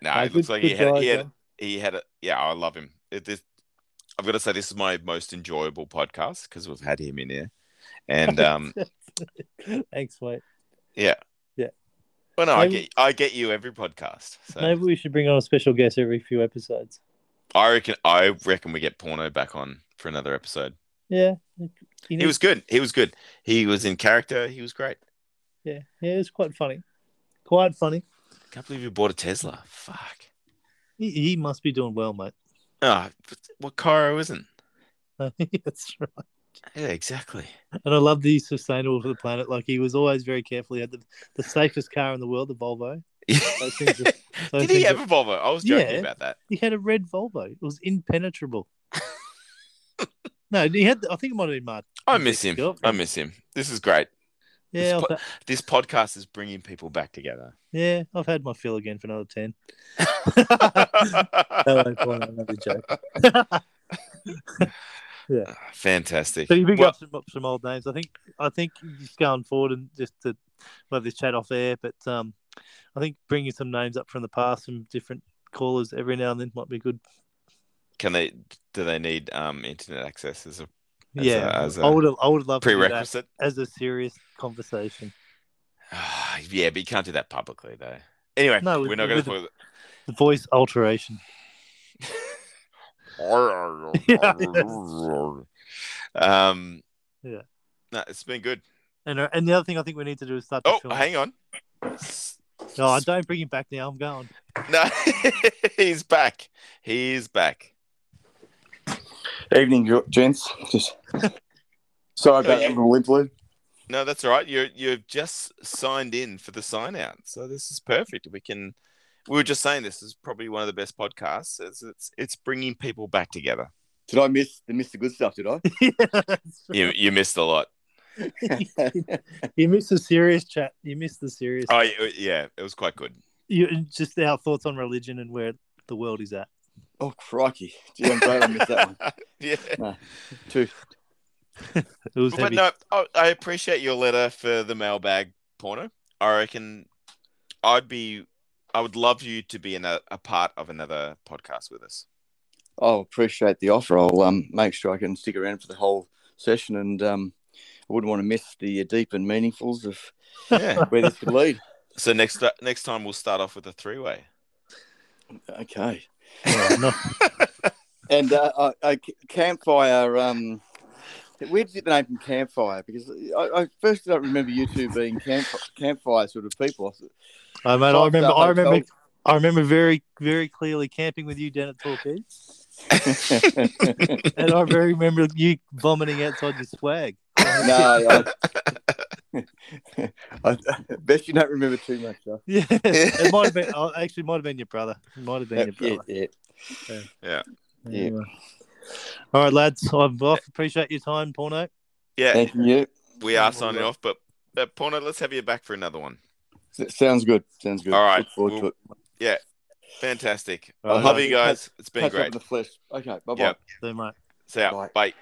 A: No,
B: Uh,
A: it looks
B: good-
A: like he
B: good
A: had,
B: guy,
A: he had
B: John.
A: he had a yeah. I love him. It, this, I've got to say this is my most enjoyable podcast because we've had him in here, and um,
B: Thanks, mate.
A: well, no, I
B: Maybe-
A: get I get you every podcast. So
B: Maybe we should bring on a special guest every few episodes.
A: I reckon I reckon we get Porno back on for another episode.
B: Yeah.
A: He was good. He was good. He was in character. He was great.
B: Yeah, yeah, it's quite funny. Quite funny.
A: Can't believe you bought a Tesla. Fuck.
B: He, he must be doing well, mate.
A: Ah, what Caro isn't?
B: That's right.
A: Yeah, exactly.
B: And I love the sustainable for the planet. Like he was always very careful. He had the, the safest car in the world, the Volvo. Those things are-
A: Did
B: those
A: he
B: things
A: have
B: are-
A: a Volvo? I was joking
B: Yeah.
A: about that.
B: He had a red Volvo. It was impenetrable. no, he had. I think it might have been Martin.
A: I
B: His
A: miss him. I
B: ex-girlfriend.
A: miss him. This is great. It's
B: Yeah, I've,
A: po- This podcast is bringing people back together.
B: yeah, I've had my fill again for another ten. No,
A: Ah,
B: I find another joke.
A: Fantastic.
B: So you pick
A: Well,
B: up some, some old names. I think I think just going forward and just to we'll have this chat off air, but um, I think bringing some names up from the past, some different callers every now and then might be good.
A: can they? Do they need um, internet access as a As
B: yeah,
A: a- as a
B: I would I would love to do that
A: prerequisite?
B: as a serious conversation.
A: Ah, yeah, but you can't do that publicly though. Anyway,
B: No,
A: we're
B: with-
A: not going
B: with-
A: to talk.
B: The voice alteration.
A: um.
B: Yeah.
A: No, it's been good.
B: And uh, and the other thing I think we need to do is start. to
A: Oh,
B: film.
A: hang on.
B: No, I don't bring him back now. I'm going.
A: No, he's back. He's back.
D: Evening, gr- gents. Just sorry about
A: yeah.
D: the lid blue.
A: No, that's all right. You're you've just signed in for the sign out, so this is perfect. We can. We were just saying this is probably one of the best podcasts. It's it's, it's bringing people back together.
D: Did I miss the miss the good stuff? Did I?
A: You you missed a lot.
B: you missed the serious chat. You missed the serious.
A: Oh yeah, it was quite good.
B: You and just our thoughts on religion and where the world is at.
D: Oh crikey! Gee, I'm glad I missed that one.
A: Yeah,
D: Too.
B: It was
A: but
B: heavy.
A: no, I, I appreciate your letter for the mailbag porno. I reckon I'd be. I would love you to be in a, a part of another podcast with us.
D: Oh, appreciate the offer. I'll um make sure I can stick around for the whole session, and um, I wouldn't want to miss the uh, deep and meaningfuls of
A: Yeah.
D: where this could lead.
A: so next uh, next time we'll start off with a three way.
D: Okay.
B: Oh, no.
D: And uh, I, I, campfire. Um, where did you get the name from campfire? Because I, I first don't remember you two being camp, campfire sort of people.
B: Oh, mate, I
D: Five-star
B: remember, I
D: hotel.
B: remember, I remember very, very clearly camping with you down at Torpeys, and I very remember you vomiting outside your swag.
D: no, I, I bet you don't remember too much. Though.
B: Yeah, it might have been. Oh, actually, it might have been your brother. It might have been your
D: yeah,
B: brother.
D: yeah. yeah.
B: Anyway. All right, lads. I've, I appreciate your time, Porno.
A: Yeah,
D: Thank you.
A: we are signing off, but uh, Porno, let's have you back for another one.
D: S- sounds good. Sounds good.
A: All right,
D: Look forward to
A: we'll-
D: it.
A: Fantastic.
B: All
A: I
B: right.
A: love you guys. It's been
D: Catch up in
A: great.
D: the flesh. Okay. Bye bye.
A: Yeah.
B: See you, mate.
A: See ya.
D: Bye.
A: Bye.